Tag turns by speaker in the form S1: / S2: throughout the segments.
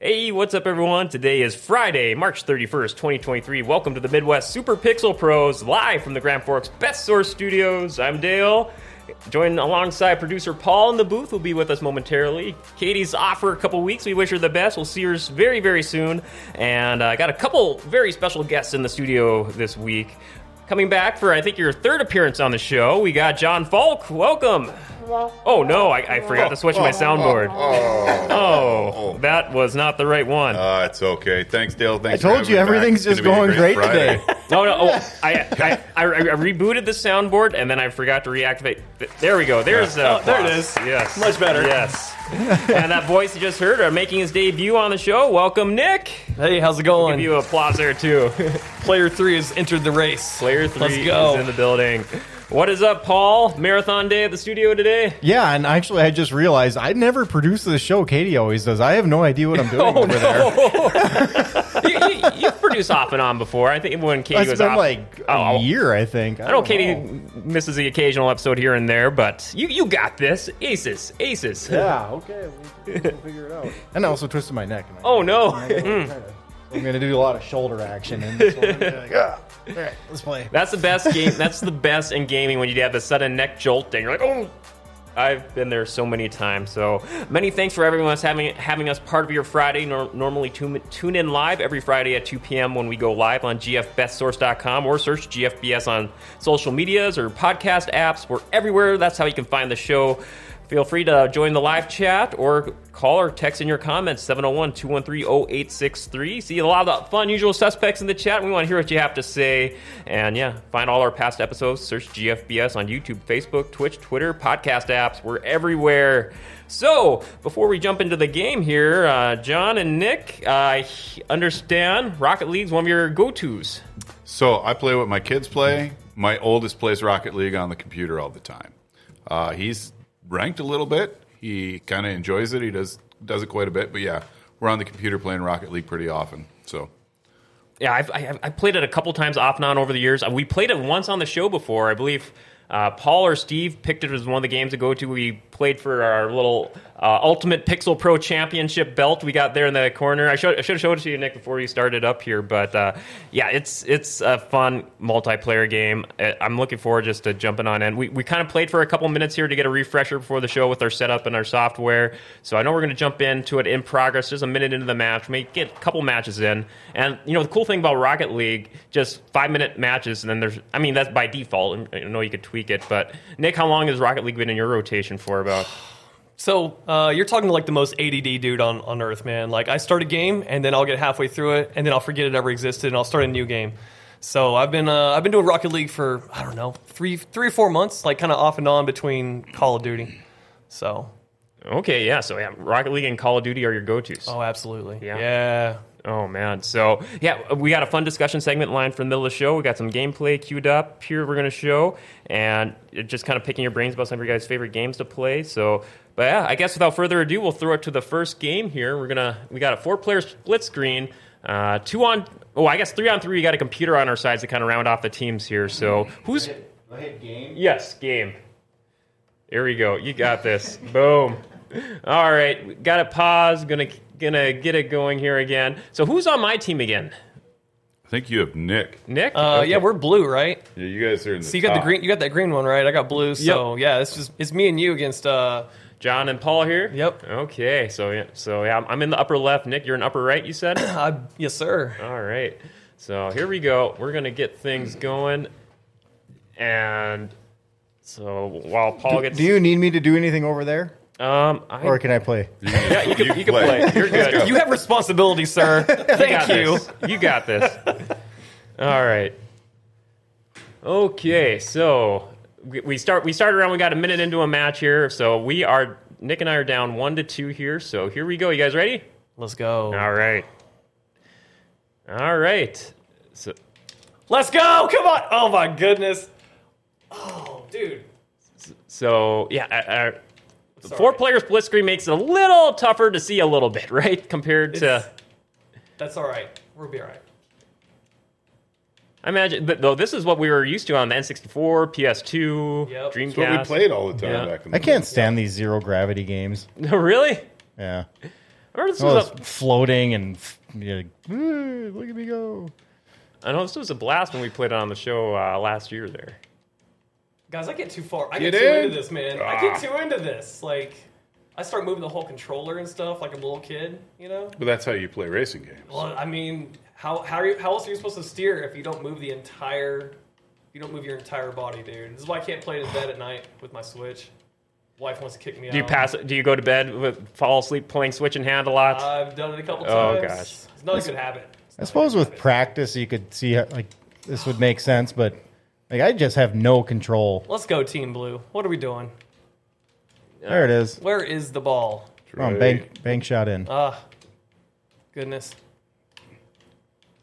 S1: Hey, what's up, everyone? Today is Friday, March 31st, 2023. Welcome to the Midwest Super Pixel Pros, live from the Grand Forks Best Source Studios. I'm Dale. Joined alongside producer Paul in the booth will be with us momentarily. Katie's off for a couple weeks. We wish her the best. We'll see her very, very soon. And I uh, got a couple very special guests in the studio this week. Coming back for, I think, your third appearance on the show, we got John Falk. Welcome. Oh, no, I, I forgot to switch my soundboard. Oh, that was not the right one.
S2: Uh, it's okay. Thanks, Dale. Thanks.
S3: I
S2: for
S3: told you,
S2: having me back.
S3: everything's
S2: It's
S3: just
S2: gonna be a
S3: going
S2: Friday.
S3: great
S1: No, no. Oh, I, I, I, I rebooted the soundboard and then I forgot to reactivate. Th- There we go. There's uh,
S4: Oh, there it
S1: applause.
S4: is.
S1: Yes,
S4: Much better.
S1: Yes. and that voice you just heard are making his debut on the show. Welcome, Nick.
S4: Hey, how's it
S1: Give
S4: going?
S1: you applause there too.
S4: Player three has entered the race.
S1: Player three
S4: Let's go.
S1: is in the building. What is up, Paul? Marathon day at the studio today.
S3: Yeah, and actually, I just realized I never produce the show. Katie always does. I have no idea what I'm
S1: Oh,
S3: doing over there.
S1: you, you, you've produced off and on before. I think when Katie
S3: It's
S1: was
S3: been
S1: off,
S3: like a
S1: Oh,
S3: year, I think.
S1: I know Katie misses the occasional episode here and there, but you you got this. Aces, aces.
S3: Yeah, okay. We'll, figure it out. And I also twisted my neck.
S1: Oh no.
S3: I'm going to do a lot of shoulder action. And this one, I'm gonna be like, "Ah, all right, let's play.
S1: That's the best game. That's the best in gaming when you have the sudden neck jolt thing. You're like, oh. I've been there so many times. So many thanks for everyone that's having having us part of your Friday. Nor- normally tune, tune in live every Friday at 2 p.m. when we go live on gfbestsource.com or search GFBS on social medias or podcast apps. We're everywhere. That's how you can find the show. Feel free to join the live chat or call or text in your comments 701 213 0863. See a lot of the fun, usual suspects in the chat. We want to hear what you have to say. And yeah, find all our past episodes. Search GFBS on YouTube, Facebook, Twitch, Twitter, podcast apps. We're everywhere. So before we jump into the game here, uh, John and Nick, I understand Rocket League's one of your go tos.
S2: So I play what my kids play. My oldest plays Rocket League on the computer all the time. Uh, he's ranked a little bit. He kind of enjoys it. He does does it quite a bit. But yeah, we're on the computer playing Rocket League pretty often. So
S1: Yeah, I've, I, I played it a couple times off and on over the years. We played it once on the show before. I believe uh, Paul or Steve picked it as one of the games to go to. We played for our little uh, Ultimate Pixel Pro Championship belt we got there in the corner. I should, I should have showed it to you, Nick, before you started up here. But uh, yeah, it's it's a fun multiplayer game. I- I'm looking forward just to jumping on in. We, we kind of played for a couple minutes here to get a refresher before the show with our setup and our software. So I know we're going to jump into it in progress. Just a minute into the match, we may get a couple matches in. And you know the cool thing about Rocket League, just five minute matches, and then there's I mean that's by default. I know you could tweak it, but Nick, how long has Rocket League been in your rotation for? About
S4: So uh, you're talking to like the most ADD dude on, on earth, man. Like I start a game and then I'll get halfway through it and then I'll forget it ever existed and I'll start a new game. So I've been uh, I've been doing Rocket League for I don't know three three or four months, like kind of off and on between Call of Duty. So
S1: okay, yeah. So yeah, Rocket League and Call of Duty are your go tos.
S4: oh, absolutely,
S1: Yeah.
S4: yeah.
S1: Oh man! So yeah, we got a fun discussion segment lined for the middle of the show. We got some gameplay queued up here. We're gonna show and it just kind of picking your brains about some of your guys' favorite games to play. So, but yeah, I guess without further ado, we'll throw it to the first game here. We're gonna we got a four player split screen, uh, two on. Oh, I guess three on three. We got a computer on our sides to kind of round off the teams here. So who's yes game? Here we go. You got this. Boom. All right, got it paused. Gonna gonna get it going here again. So who's on my team again?
S2: I think you have Nick.
S1: Nick.
S4: Uh,
S1: Okay. Uh,
S4: Yeah, we're blue, right?
S2: Yeah, you guys are in the.
S4: So you got the
S2: top.
S4: green, you got that green one, right? I got blue. So yeah, it's just it's me and you against uh,
S1: John and Paul here.
S4: Yep.
S1: Okay. So yeah. So yeah, I'm- I'm in the upper left. Nick, you're in upper right. You said.
S4: I, uh, yes, sir.
S1: All right. So here we go. We're gonna get things going, and so while Paul gets,
S3: Do you need me to do anything over there?
S1: um, I,
S3: Or can I play?
S1: yeah, you can you, can play.
S2: play.
S1: You're good.
S4: You have responsibility, sir. Thank
S1: got
S4: you.
S1: this. You got this. All right. Okay, so we, we start. We started around. We got a minute into a match here, so we are Nick and I are down one to two here. So here we go. You guys ready?
S4: Let's go.
S1: All right. All right. So
S4: Let's go. Come on. Oh my goodness. Oh, dude.
S1: so yeah. I, I, the Four player split screen makes it a little tougher to see a little bit, right? Compared to,
S4: It's- That's all right. We'll be all right.
S1: I imagine, but though this is what we were used to on the N64, PS2,
S4: Yep.
S1: Dreamcast.
S2: That's what we played all the time
S1: Yeah.
S2: back in the
S3: I can't stand these zero gravity games.
S1: really?
S3: Yeah.
S1: I remember this
S3: Oh,
S1: was a,
S3: it's floating and f- you're like, "Ooh, look at me go.
S1: I know this was a blast when we played it on the show uh, last year. There,
S4: Guys, I get too far. I get
S2: Get
S4: too
S2: in.
S4: into this, man. I get too into this. Like, I start moving the whole controller and stuff like I'm a little kid, you know?
S2: But that's how you play racing games.
S4: Well, I mean, how how are you, how else are you supposed to steer if you don't move the entire you don't move your entire body, dude? This is why I can't play it in bed at night with my Switch. Wife wants to kick me out.
S1: do you pass? Do you go to bed with fall asleep playing Switch in hand a lot?
S4: I've done it a couple
S1: Oh,
S4: times.
S1: gosh.
S4: it's not a good habit. It's
S3: I
S4: not a
S3: suppose
S4: good
S3: with
S4: habit.
S3: practice, you could see how, like this would make sense, but like I just have no control.
S4: Let's go, Team Blue. What are we doing?
S3: There it is.
S4: Where is the ball?
S3: Oh, bank bank shot in.
S4: Ah, goodness.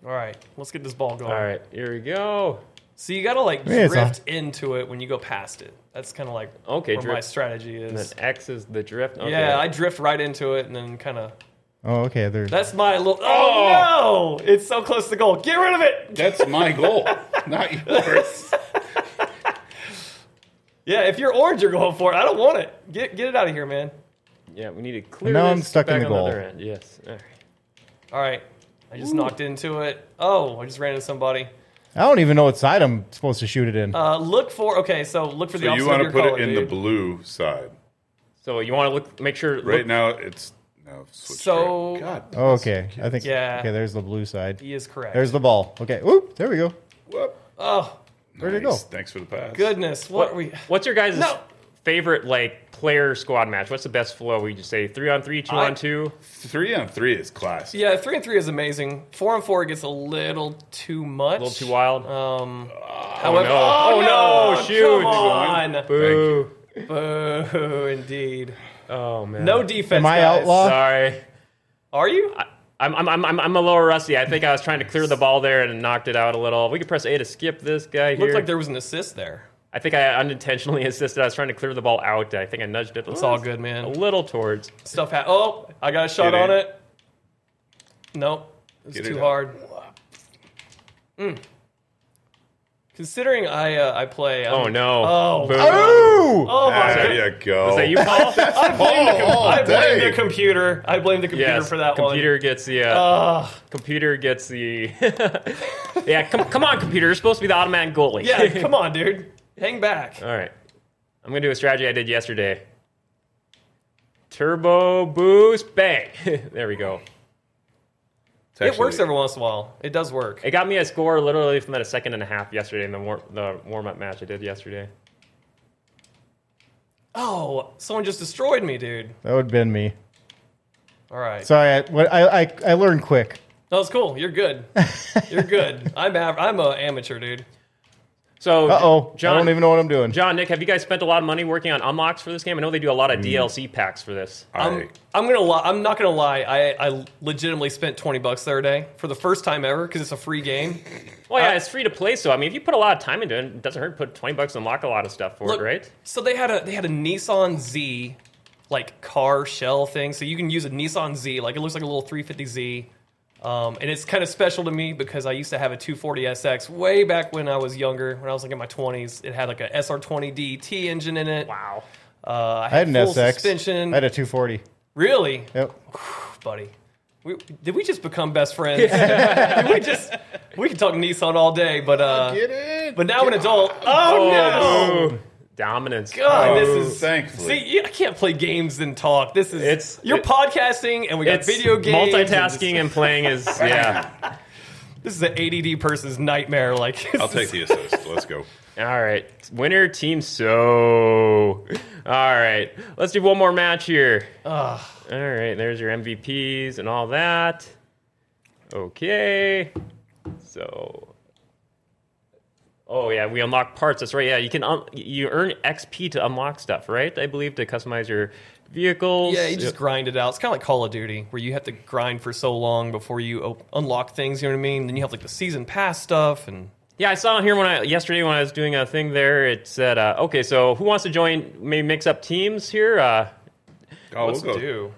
S4: All right, let's get this ball going.
S1: All right, here we go.
S4: So you gotta like
S3: Yeah, it's
S4: drift into it when you go past it. That's kind of like
S1: Okay,
S4: where my
S1: drift.
S4: strategy
S1: And then
S4: is.
S1: X is the drift. Okay.
S4: Yeah, I drift right into it and then kind of.
S3: Oh, okay. There's
S4: That's my little. Oh, no! It's so close to goal. Get rid of it.
S2: That's my goal, not yours.
S4: Yeah, if you're orange, you're going for it. I don't want it. Get get it out of here, man.
S1: Yeah, we need to clear.
S3: now I'm
S1: this
S3: stuck in
S1: back
S3: the
S1: on
S3: goal.
S1: other end. Yes. All right.
S4: All right, I just knocked into it. Oh, I just ran into somebody.
S3: I don't even know what side I'm supposed to shoot it in.
S4: Uh, look for okay. So look for the
S2: So
S4: opposite
S2: you
S4: of
S2: want to
S4: your
S2: put
S4: color,
S2: it in the
S4: dude.
S2: blue side.
S1: So you want to look, make sure.
S2: Right
S1: look-
S2: now, it's no. Switch
S4: So-
S2: God,
S3: oh, okay. I think
S4: Yeah.
S3: okay, there's the blue side.
S4: He is correct.
S3: There's the ball. Okay. Oop, there we go.
S2: whoop.
S4: oh
S3: Where'd it
S2: Nice.
S3: go?
S2: Thanks for the pass.
S4: goodness, what,
S1: What,
S4: we?
S1: what's your guys'
S4: No.
S1: favorite like player squad match? What's the best flow? We just say three on three, two
S4: I-
S1: on two.
S2: Three on three is class.
S4: Yeah, three and three is amazing. Four and four gets a little too much.
S1: A little too wild.
S4: Um, however,
S1: no.
S4: oh,
S1: Oh,
S4: no,
S1: no, shoot.
S4: Come on.
S1: Boo.
S4: Boo, indeed.
S1: Oh man.
S4: No defense.
S3: Am I
S4: guys.
S3: outlaw?
S1: Sorry.
S4: Are you?
S1: I'm, I'm, I'm, I'm- I'm a little rusty. I think I was trying to clear the ball there and knocked it out a little. We could press A to skip this guy here.
S4: Looked like there was an assist there.
S1: I think I unintentionally assisted. I was trying to clear the ball out. I think I nudged it.
S4: It's all good, man.
S1: A little towards.
S4: Stuff. Ha- oh, I got a shot
S2: Get
S4: on
S2: in.
S4: it. Nope, it's
S2: Get it
S4: too
S2: up.
S4: hard. Mm. Considering I uh, I play. I'm-
S1: Oh no.
S4: Oh.
S1: Boo.
S3: Ooh!
S4: Oh my
S2: There
S4: god.
S2: you go.
S1: Is that you, Paul?
S4: I blame, the, com-
S2: Oh,
S4: I blame the
S2: dang.
S4: computer. I blame the computer
S1: yes.
S4: for that
S1: computer
S4: one.
S1: gets the. Uh, computer gets the. yeah. Come, come on, computer. You're supposed to be the automatic goalie.
S4: Yeah, come on, dude. Hang back.
S1: All right. I'm gonna do a strategy I did yesterday. Turbo boost, bang! there we go.
S2: It's
S4: It
S2: actually-
S4: works every once in a while. It does work.
S1: It got me a score literally from that a second and a half yesterday in the war- the warm up match I did yesterday.
S4: Oh, someone just destroyed me, dude.
S3: That would have been me.
S4: All right.
S3: Sorry, I, what, I, I I learned quick.
S4: No, it's cool. You're good. You're good. I'm av- I'm a amateur, dude.
S1: So,
S3: Uh oh. I
S1: John,
S3: don't even know what I'm doing.
S1: John, Nick, have you guys spent a lot of money working on unlocks for this game? I know they do a
S4: Mm.
S1: lot of DLC packs for this.
S2: I,
S4: I'm, I'm gonna lie. I'm not gonna lie. I, I legitimately spent 20 bucks the other day for the first time ever because it's a free game.
S1: Well,
S4: Uh,
S1: yeah, it's free to play, so I mean, if you put a lot of time into it, it doesn't hurt to put twenty bucks and unlock a lot of stuff for
S4: Look,
S1: it, right?
S4: So they had a they had a Nissan Z like car shell thing. So you can use a Nissan Z. Like it looks like a little 350Z. Um, and it's kind of special to me because I used to have a 240SX way back when I was younger, when I was like in my 20s. It had like a SR20DT engine in it.
S1: Wow.
S4: Uh, I
S3: I
S4: had,
S3: had an
S4: full
S3: SX.
S4: suspension.
S3: I had a 240.
S4: really?
S3: Yep.
S4: buddy. We, did we just become best friends? did we just we can talk Nissan all day, but uh,
S2: get in.
S4: but now an adult. Oh, no!
S1: Boo. Dominance.
S4: God, this
S2: Oh,
S4: is
S2: thankfully.
S4: See, yeah, I can't play games and talk. This is
S1: It's-
S4: you're
S1: it-
S4: podcasting and we got
S1: It's
S4: video games. and
S1: multitasking and playing is yeah.
S4: This, this is an ADD person's nightmare. Like
S2: I'll take the assist. Let's go.
S1: All right, winner team. So, all right, let's do one more match here. All right, there's your MVPs and all that. Okay, so. Oh yeah, we unlock parts. That's right. Yeah, you can un- you earn XP to unlock stuff, right? I believe to customize your vehicles.
S4: Yeah, you just grind it out. It's kind of like Call of Duty, where you have to grind for so long before you op- unlock things. You know what I mean? Then you have like the season pass stuff, and
S1: Yeah, I saw on here when I yesterday when I was doing a thing there. It said, uh, "Okay, so who wants to join? Maybe mix up teams here, uh,
S2: Oh,
S4: what's
S2: we'll
S4: to
S2: go.
S4: do?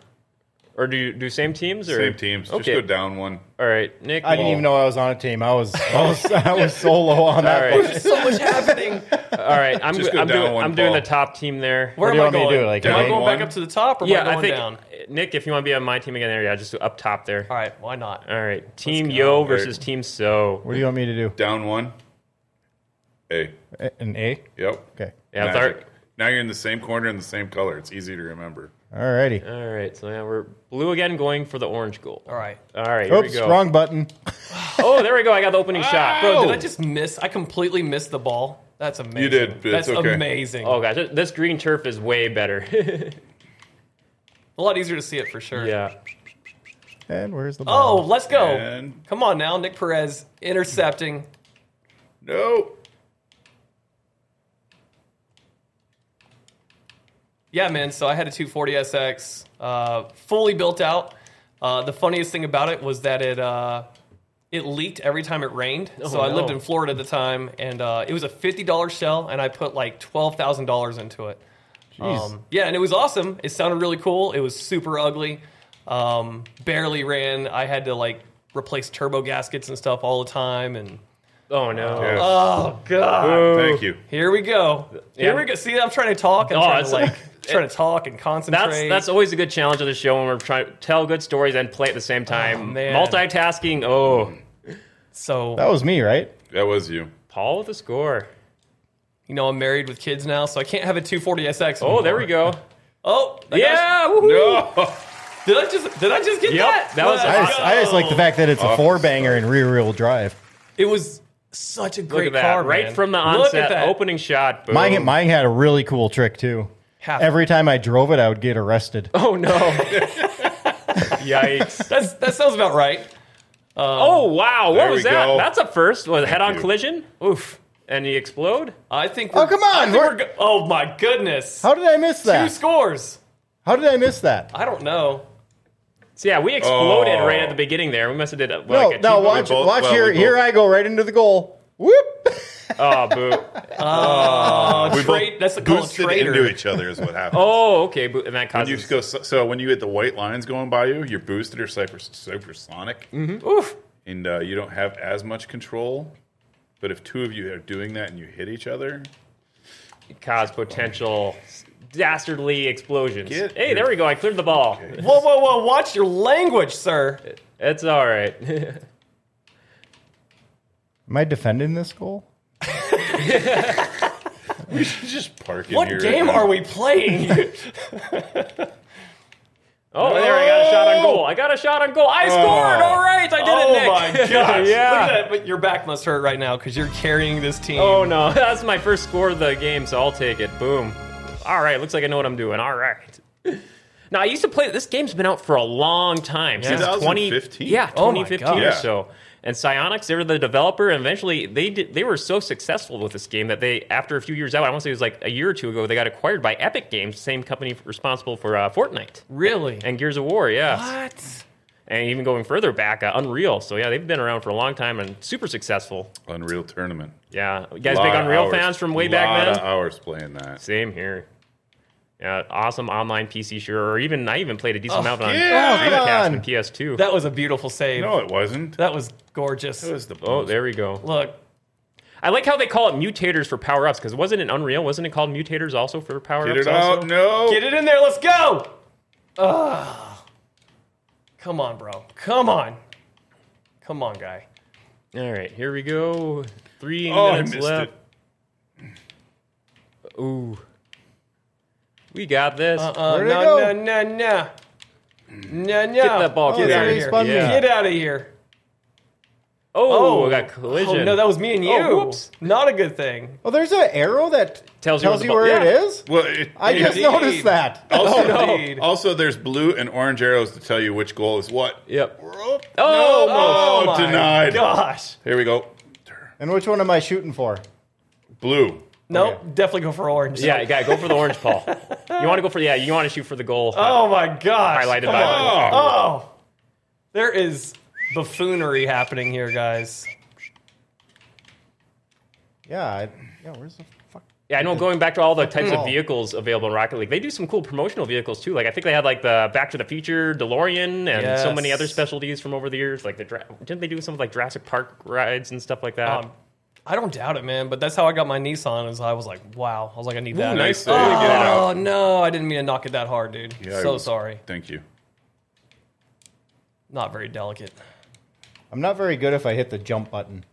S1: or do do same teams or
S2: Same teams. Just
S1: Okay.
S2: go down one.
S1: All right, Nick.
S3: I didn't even know I was on a team. I was I was, I was solo on that.
S1: All
S3: one.
S1: right,
S4: There's so much happening.
S1: all right. I'm,
S2: Just go
S1: I'm
S2: down
S1: doing
S2: one
S1: I'm doing
S2: ball.
S1: the top team there.
S4: Where,
S3: do you
S4: am I
S3: want me
S4: going?
S3: to do it, like
S4: am I
S2: down
S4: going
S2: one?
S4: back up to the top or am
S1: yeah,
S4: I going
S1: I think
S4: down?
S1: Nick, if you want to be on my team again, there, yeah, just up top there.
S4: All right, why not?
S1: All right, Team Yo versus
S2: Alright.
S1: Team So.
S3: What do you want me to do?
S2: Down one. Hey.
S3: A- An A?
S2: Yep.
S3: Okay.
S1: Yeah, it's
S2: Magic.
S1: our-
S2: Now you're in the same corner in the same color. It's easy to remember.
S3: All righty.
S1: All right, so now we're blue again, going for the orange goal.
S4: All right.
S1: All right, here
S3: Oops,
S1: we go.
S3: wrong button.
S1: Oh, there we go. I got the opening shot.
S4: Bro, did
S2: Oh.
S4: I just miss? I completely missed the ball. That's amazing.
S2: did, but it's
S4: That's
S2: okay.
S4: amazing.
S1: Oh gosh, this- this green turf is way better.
S4: A lot easier to see it for sure.
S1: yeah.
S3: And where's the ball?
S4: Oh, let's go.
S2: And-
S4: Come on now, Nick Perez intercepting.
S2: No.
S4: Yeah, man. So I had a 240 SX, uh, fully built out. Uh, the funniest thing about it was that it uh, it leaked every time it rained. so I
S1: no.
S4: lived in Florida at the time, and uh, it was a fifty dollars shell, and I put like twelve thousand dollars into it. Um, yeah, and it was awesome. It sounded really cool. It was super ugly. Um, barely ran. I had to like replace turbo gaskets and stuff all the time. And
S1: Oh no.
S2: Yeah.
S4: oh god,
S2: Thank you.
S4: here we go. Here
S1: Yeah.
S4: we go. See, I'm trying to talk. I'm trying to
S1: it's-
S4: like trying to talk and concentrate.
S1: That's that's always a good challenge of the show when we're trying to tell good stories and play at the same time.
S4: Oh, man.
S1: Multitasking. Oh,
S4: so
S3: That was me, right?
S2: That was you.
S1: Paul with the score.
S4: you know, I'm married with kids now, so I can't have a 240SX.
S1: Oh, there we go.
S4: Oh, I got-
S1: yeah. woohoo.
S2: No.
S4: Did I just did I just get
S1: Yep,
S4: that?
S1: that was
S4: Let's
S3: I just,
S4: go.
S3: I just like the fact that it's a
S2: Off the
S3: four banger and rear wheel drive.
S4: it was such a
S1: Look
S4: great
S1: at that.
S4: car,
S1: right
S4: man.
S1: from the
S4: Look at
S1: onset,
S4: that.
S1: opening shot. Boom.
S3: Mine, mine had a really cool trick too.
S4: Half.
S3: Every time I drove it, I would get arrested.
S1: Oh no. Yikes.
S4: That's that sounds about right.
S1: Oh wow. What
S2: There
S1: was
S2: we
S1: that?
S2: go.
S1: That's a first. Was head on
S2: you.
S1: collision? Oof. And you explode?
S4: I think.
S3: Oh
S4: we're-
S3: come
S4: I
S3: on!
S4: think we're
S3: We're,
S4: go- oh my goodness!
S3: how did I miss
S4: Two
S3: that?
S4: scores.
S3: How did I miss that?
S4: I don't know.
S1: So yeah, we exploded
S2: Oh.
S1: right at the beginning there. We must have did a,
S3: No,
S1: like a
S3: no,
S1: two-
S3: watch,
S2: both-
S3: watch
S2: well,
S3: here.
S2: we both-
S3: Here I go right into the goal. Whoop!
S1: Oh boo.
S4: Uh, trade. That's a call a
S2: boosted
S4: traitor.
S2: into each other is what happened.
S1: Oh, okay. Boo. And that
S2: When you
S1: causes
S2: go, so, so when you hit the white lines going by you, you're boosted or super, supersonic,
S1: Mm-hmm.
S4: Oof.
S2: and uh, you don't have as much control. But if two of you are doing that and you hit each other,
S1: cause potential dastardly explosions.
S2: Get
S1: hey, there we go. I cleared the ball.
S4: Whoa, whoa, whoa! Watch your language, sir.
S1: It's all right.
S3: Am I defending this goal?
S2: you just park in
S4: What
S2: here.
S4: game are we playing?
S1: Oh, there I got a shot on goal. I got a shot on goal. I scored. All right, I did
S4: oh
S1: it, Nick.
S4: my gosh!
S1: Yeah.
S4: Look at that. But your back must hurt right now because you're carrying this team.
S1: Oh no, that's my first score of the game, so I'll take it. Boom. All right, looks like I know what I'm doing. All right. Now I used to play. This game's been out for a long time since 2015.
S2: 2015.
S1: Yeah,
S4: Oh my
S1: 2015
S4: God.
S2: Yeah.
S1: or so. And Psionics, they were the developer, and eventually they did, they were so successful with this game that they, after a few years out, I want to say it was like a year or two ago, they got acquired by Epic Games, same company responsible for uh, Fortnite
S4: really?
S1: and Gears of War. Yeah
S4: What?
S1: and even going further back, uh, Unreal. So yeah, they've been around for a long time and super successful.
S2: Unreal Tournament.
S1: Yeah, you guys,
S2: Lot
S1: big
S2: of
S1: Unreal
S2: hours.
S1: fans from way back
S2: Lot
S1: then.
S2: of hours playing that.
S1: Same here. Yeah, awesome online PC shooter, or even I even played a decent amount on
S2: yeah.
S1: Dreamcast
S3: Oh, come on.
S1: and PS2.
S4: That was a beautiful save.
S2: No, it wasn't. That
S4: That was gorgeous.
S2: was the
S1: oh, there we go.
S4: Look,
S1: I like how they call it mutators for power ups because wasn't it Unreal? Wasn't it called mutators also for power
S2: Get
S1: ups?
S2: it out. No.
S4: get it in there. Let's go. Ugh. Come on, bro. Come on. Come on, guy.
S1: All right, here we go. Three
S2: Oh, I
S1: minutes
S2: missed
S1: left.
S2: it.
S1: Ooh, we got this.
S4: Uh,
S3: Where'd it
S4: no,
S3: go?
S4: no, no, no. No, no.
S1: Get that ball.
S3: Oh,
S1: Get
S3: it's
S1: out of
S3: already
S1: here.
S3: spun me.
S1: Yeah.
S4: Get out of here.
S1: Oh, I got collision.
S4: Oh, no, that was me and you.
S1: Oh, whoops.
S4: Not a good thing.
S3: Oh, there's an arrow that
S1: Tells
S3: tells
S1: you
S3: you,
S1: where the ball-
S3: where
S1: yeah.
S3: it is.
S2: Well, it,
S3: I just
S4: Indeed.
S3: noticed that.
S2: also,
S4: no.
S2: also, there's blue and orange arrows to tell you which goal is what.
S1: Yep.
S2: Oh,
S1: Oh,
S2: oh,
S4: my
S2: denied.
S4: Gosh.
S2: Here we go.
S3: And which one am I shooting for?
S2: Blue.
S4: Nope.
S3: Okay.
S4: Definitely go for orange.
S1: Yeah, you gotta go for the orange, Paul. You want to go for yeah, you want to shoot for the goal.
S4: Oh my gosh.
S1: highlighted
S4: Come
S1: by
S4: on.
S1: the-
S2: Oh,
S4: Oh. There is buffoonery happening here, guys.
S3: Yeah, I, yeah. Where's the fuck?
S1: Yeah, I know. Going back to all the types
S4: Hmm.
S1: of
S3: Ball.
S1: vehicles available in Rocket League, they do some cool promotional vehicles too. Like I think they had like the Back to the Future DeLorean and so many
S4: Yes.
S1: other specialties from over the years. Like the dra- didn't they do some like Jurassic Park rides and stuff like that?
S4: Um, I don't doubt it, man. But that's how I got my Nissan. Is I was like, wow. I was like, I need that.
S2: nice.
S4: Oh
S2: save. Get it out.
S4: no, I didn't mean to knock it that hard, dude.
S2: Yeah, I
S4: so
S2: was-
S4: sorry.
S2: Thank you.
S4: not very delicate.
S3: I'm not very good if I hit the jump button.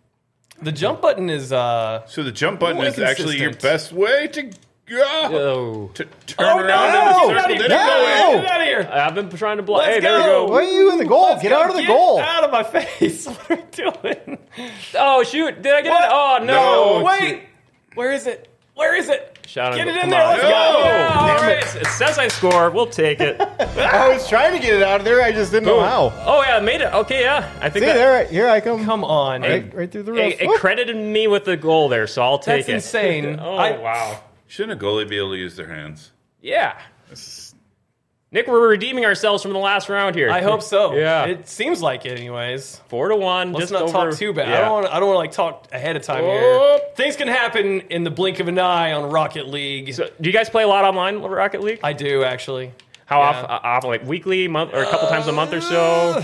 S4: The jump button is uh
S2: So the jump button
S4: More
S2: is actually your
S4: consistent.
S2: best way to go.
S1: Oh.
S2: To turn
S4: Oh, no, no,
S2: around in
S4: get
S2: a
S4: out of
S2: circle.
S4: here.
S2: There you go,
S3: No!
S2: Andy.
S4: get out of here.
S1: I've been trying to block.
S4: Let's
S1: Hey, there you
S4: go.
S1: go.
S3: Why are you in the goal? Get out of the
S4: Get
S3: goal.
S4: Out of my face! What are you doing?
S1: Oh shoot! Did I get it? Oh
S2: No.
S1: no!
S2: it's-
S4: Wait, where is it? Where is it?
S1: Shout out
S4: Get
S1: to-
S4: it in
S1: come
S4: there.
S1: on.
S4: Let's
S1: No.
S4: go. Yeah, all
S3: Damn
S4: right.
S1: It says I score. We'll take it.
S3: I was trying to get it out of there. I just didn't know
S1: Boom.
S3: how.
S1: Oh yeah, I made it. Okay, yeah. I think
S3: See
S1: that-
S3: there, here I come.
S4: Come on.
S3: right, right through the roof.
S1: it, it
S3: Whoop.
S1: credited me with the goal there, so I'll take
S4: That's
S1: it.
S4: insane.
S1: Oh
S4: I-
S1: wow.
S2: Shouldn't a goalie be able to use their hands?
S1: Yeah. Nick, we're redeeming ourselves from the last round here.
S4: I hope so.
S1: Yeah.
S4: It seems like it, anyways.
S1: Four to one.
S4: Let's
S1: just
S4: not
S1: over-
S4: talk too bad. I
S1: Yeah. Oh.
S4: don't want. I don't want to like talk ahead of time
S1: Whoop.
S4: here. Things can happen in the blink of an eye on Rocket League.
S1: So, do you guys play a lot online, Rocket League?
S4: I do actually.
S1: How
S4: yeah.
S1: off, uh, often? Like weekly, month, or a couple times a month or so?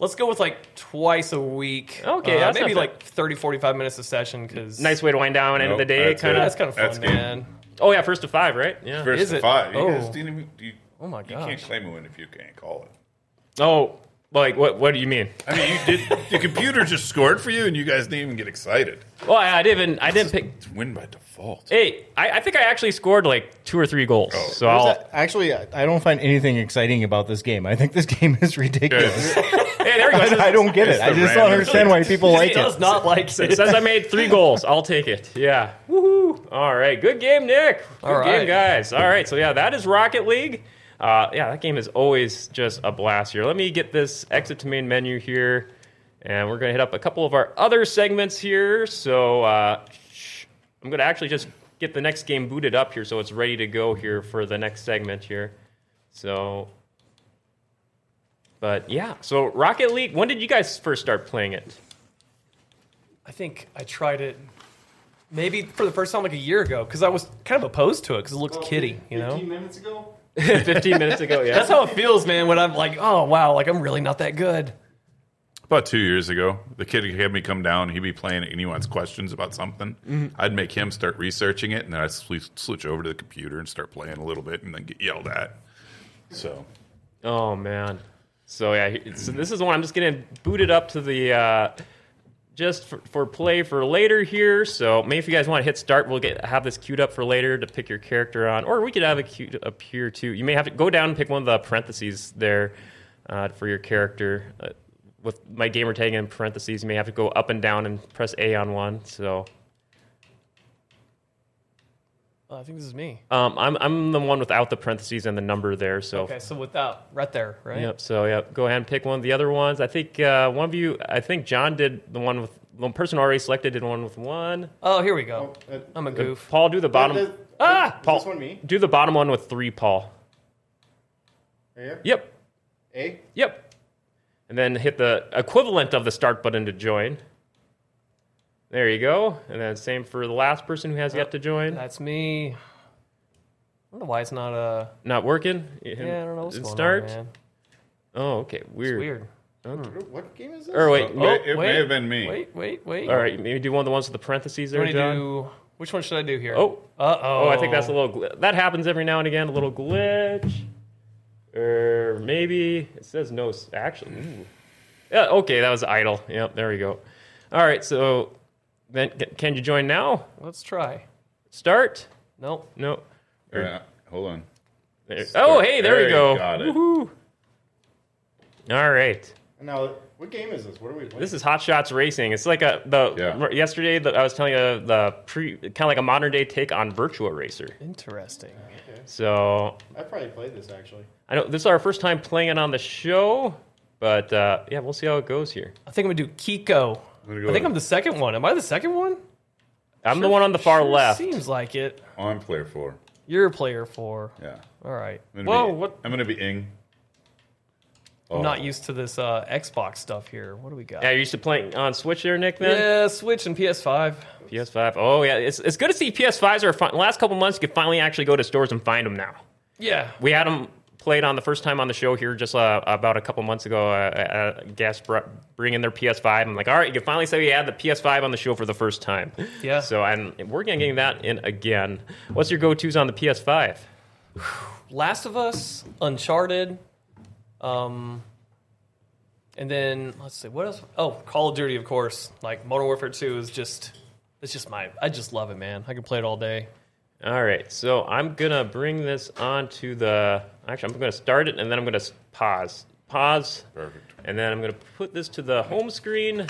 S4: Let's go with like twice a week.
S1: Okay,
S4: Uh,
S1: that's
S4: maybe
S1: not
S4: like 30, 45 minutes a session. Because
S1: Nice way to wind down, end of the
S2: Nope,
S1: day,
S2: that's
S1: kind
S2: it.
S4: That's
S1: of.
S4: kind of fun,
S2: That's good.
S4: man.
S1: Oh yeah, first to five, right? Yeah.
S2: Versus
S4: Is it?
S2: five.
S4: Oh.
S2: You guys didn't even, you,
S4: Oh my
S2: You can't
S4: gosh.
S2: claim a win if you can't call it.
S1: Oh, like what? What do you mean?
S2: I mean, you did. the computer just scored for you, and you guys didn't even get excited.
S1: Well, I I didn't. I didn't pick.
S2: It's win by default.
S1: Hey, I, I think I actually scored like two or three goals. so I'll,
S3: There's a- Actually, I I don't find anything exciting about this game. I think this game is ridiculous.
S1: hey, there we go.
S3: I don't get
S2: It's
S3: it. I
S2: the
S3: just don't
S2: random
S3: understand why people
S4: He
S3: like
S4: does
S3: it.
S4: not like
S1: It
S4: it.
S1: says I made three goals. I'll take it. Yeah. Woohoo. All right. Good game, Nick. Good
S4: All right.
S1: game, guys. All right. So, yeah, that is Rocket League. Uh, yeah, that game is always just a blast here. Let me get this exit to main menu here. And we're going to hit up a couple of our other segments here. So, uh, shh. I'm going to actually just get the next game booted up here so it's ready to go here for the next segment here. So. But yeah, so Rocket League, when did you guys first start playing it?
S4: I think I tried it maybe for the first time like a year ago because I was kind of opposed to it because it looked kitty, you know.
S3: minutes ago?
S1: 15 minutes ago, yeah.
S4: That's how it feels, man. When I'm like, oh wow, like I'm really not that good.
S2: About two years ago, the kid had me come down. He'd be playing it, and he wants questions about something. I'd make him start researching it, and then I'd sw- switch over to the computer and start playing a little bit, and then get yelled at. So
S1: Oh man. So yeah, he- so this is the one I'm just gonna boot it up to the uh, just for, for play for later here. So maybe if you guys want to hit start, we'll get have this queued up for later to pick your character on, or we could have it queued up here too. You may have to go down and pick one of the parentheses there uh, for your character. Uh, with my gamer tag in parentheses, you may have to go up and down and press A on one. So
S4: Oh, I think this is me.
S1: um, I'm I'm the one without the parentheses and the number there. So
S4: Okay, so without right there, right?
S1: Yep. So yep, go ahead and pick one of the other ones. I think uh, one of you. I think John did the one with the person already selected. Did one with one.
S4: Oh, here we go.
S3: uh,
S4: I'm a goof.
S1: Paul, do the bottom.
S3: does-
S1: ah,
S3: does
S1: Paul,
S3: this one me?
S1: do the bottom one with three. Paul. Yep.
S3: A?
S1: Yep. And then hit the equivalent of the start button to join. There you go. And then same for the last person who has yet to join.
S4: That's me. I don't know why it's not uh
S1: Not working.
S4: yeah, I don't know what's
S1: And
S4: going
S1: start.
S4: on, man.
S1: Oh, okay. Weird.
S4: It's weird. Uh,
S3: What game is this?
S1: Or wait.
S2: Oh,
S1: no-
S2: It may have been me.
S4: Wait, wait, wait.
S1: All right. Maybe do one of the ones with the parentheses
S4: I'm
S1: there,
S4: gonna
S1: John.
S4: oh. do. Which one should I do here?
S1: Oh.
S4: uh oh.
S1: Oh, I think that's a little gl- that happens every now and again. A little glitch, or maybe it says no s- action. Ooh. Yeah, okay, that was idle. Yep, there we go. All right, so then c- can you join now?
S4: Let's try.
S1: Start?
S4: Nope.
S1: No.
S2: Yeah, uh, hold on.
S1: There- Oh, hey, there, we
S2: you
S1: go.
S2: got it.
S1: Woohoo. All right.
S3: Now, what game is this? What are we playing?
S1: This is Hot Shots Racing. It's like a the
S2: Yeah.
S1: yesterday that I was telling you uh, the pre kind of like a modern day take on Virtua Racer.
S4: Interesting.
S1: So
S3: I probably played this, actually.
S1: I know this is our first time playing it on the show, but uh, yeah, we'll see how it goes here.
S4: I think I'm gonna do Kiko.
S2: gonna go
S4: I think
S2: with-
S4: I'm the second one. Am I the second one?
S1: I'm the one on the far
S4: Sure
S1: left.
S4: Seems like it.
S2: On Oh, player four.
S4: You're a player four.
S2: Yeah.
S4: All right.
S2: I'm gonna
S4: Whoa,
S2: be-
S4: what?
S2: I'm gonna be ing.
S4: I'm not
S2: Oh.
S4: used to this uh, Xbox stuff here. What do we got?
S1: Yeah,
S4: Yeah,
S1: you're used to playing on Switch there, Nick. Then
S4: Switch and PS5.
S1: PS5. Oh yeah, it's, it's good to see PS5s are. Fin- last couple months, you could finally actually go to stores and find them now.
S4: Yeah.
S1: We had them played on the first time on the show here just uh, about a couple months ago. Uh, uh, guests br- bring in their PS5. I'm like, all right, you can finally say we had the PS5 on the show for the first time.
S4: Yeah.
S1: So I'm working on getting that in again. What's your go-to's on the PS5?
S4: Last of Us, Uncharted. Um, And then let's see what else. Oh, Call of Duty, of course. Like Modern Warfare Two is just it's just my I just love it, man. I can play it all day.
S1: All right, so I'm gonna bring this on to the. Actually, I'm gonna start it and then I'm gonna s- pause, pause,
S2: Perfect.
S1: and then I'm gonna put this to the home screen,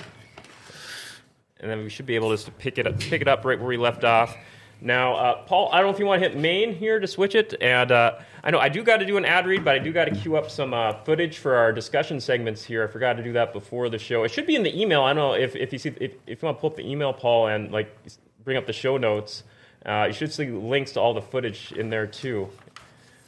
S1: and then we should be able just to pick it up, pick it up right where we left off. Now, uh, Paul, I don't know if you want to hit main here to switch it, and uh, I know I do got to do an ad read, but I do got to queue up some uh, footage for our discussion segments here. I forgot to do that before the show. It should be in the email. I don't know if if you see if, if you want to pull up the email, Paul, and like s- bring up the show notes. Uh, you should see links to all the footage in there too.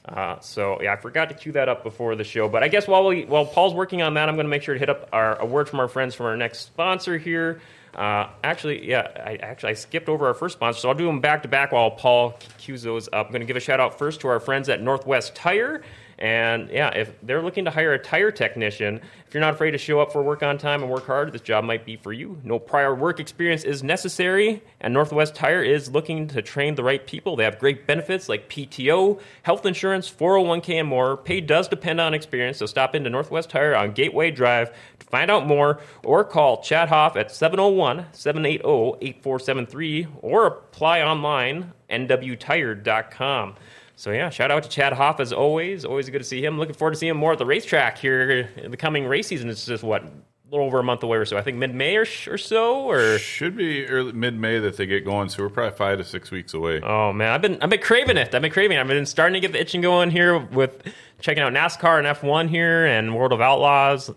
S1: Uh, so yeah, I forgot to cue that up before the show, but I guess while we while Paul's working on that, I'm going to make sure to hit up our a word from our friends from our next sponsor here. Uh, actually, yeah, I actually I skipped over our first sponsor, so I'll do them back to back while Paul cues those up. I'm going to give a shout out first to our friends at Northwest Tire. And yeah, if they're looking to hire a tire technician, if you're not afraid to show up for work on time and work hard, this job might be for you. No prior work experience is necessary, and Northwest Tire is looking to train the right people. They have great benefits like PTO, health insurance, 401k, and more. Pay does depend on experience, so stop into Northwest Tire on Gateway Drive to find out more or call Chad Hoff at 701 780 8473 or apply online nwtire.com. So yeah, shout out to Chad Hoff as always. Always good to see him. Looking forward to seeing him more at the racetrack here in the coming race season. It's just what a little over a month away or so. I think mid May or, sh- or so. Or
S2: Should be early mid May that they get going, so we're probably five to six weeks away.
S1: oh man, I've been I've been craving it. I've been craving. it. I've been starting to get the itching going here with checking out NASCAR and F one here and World of Outlaws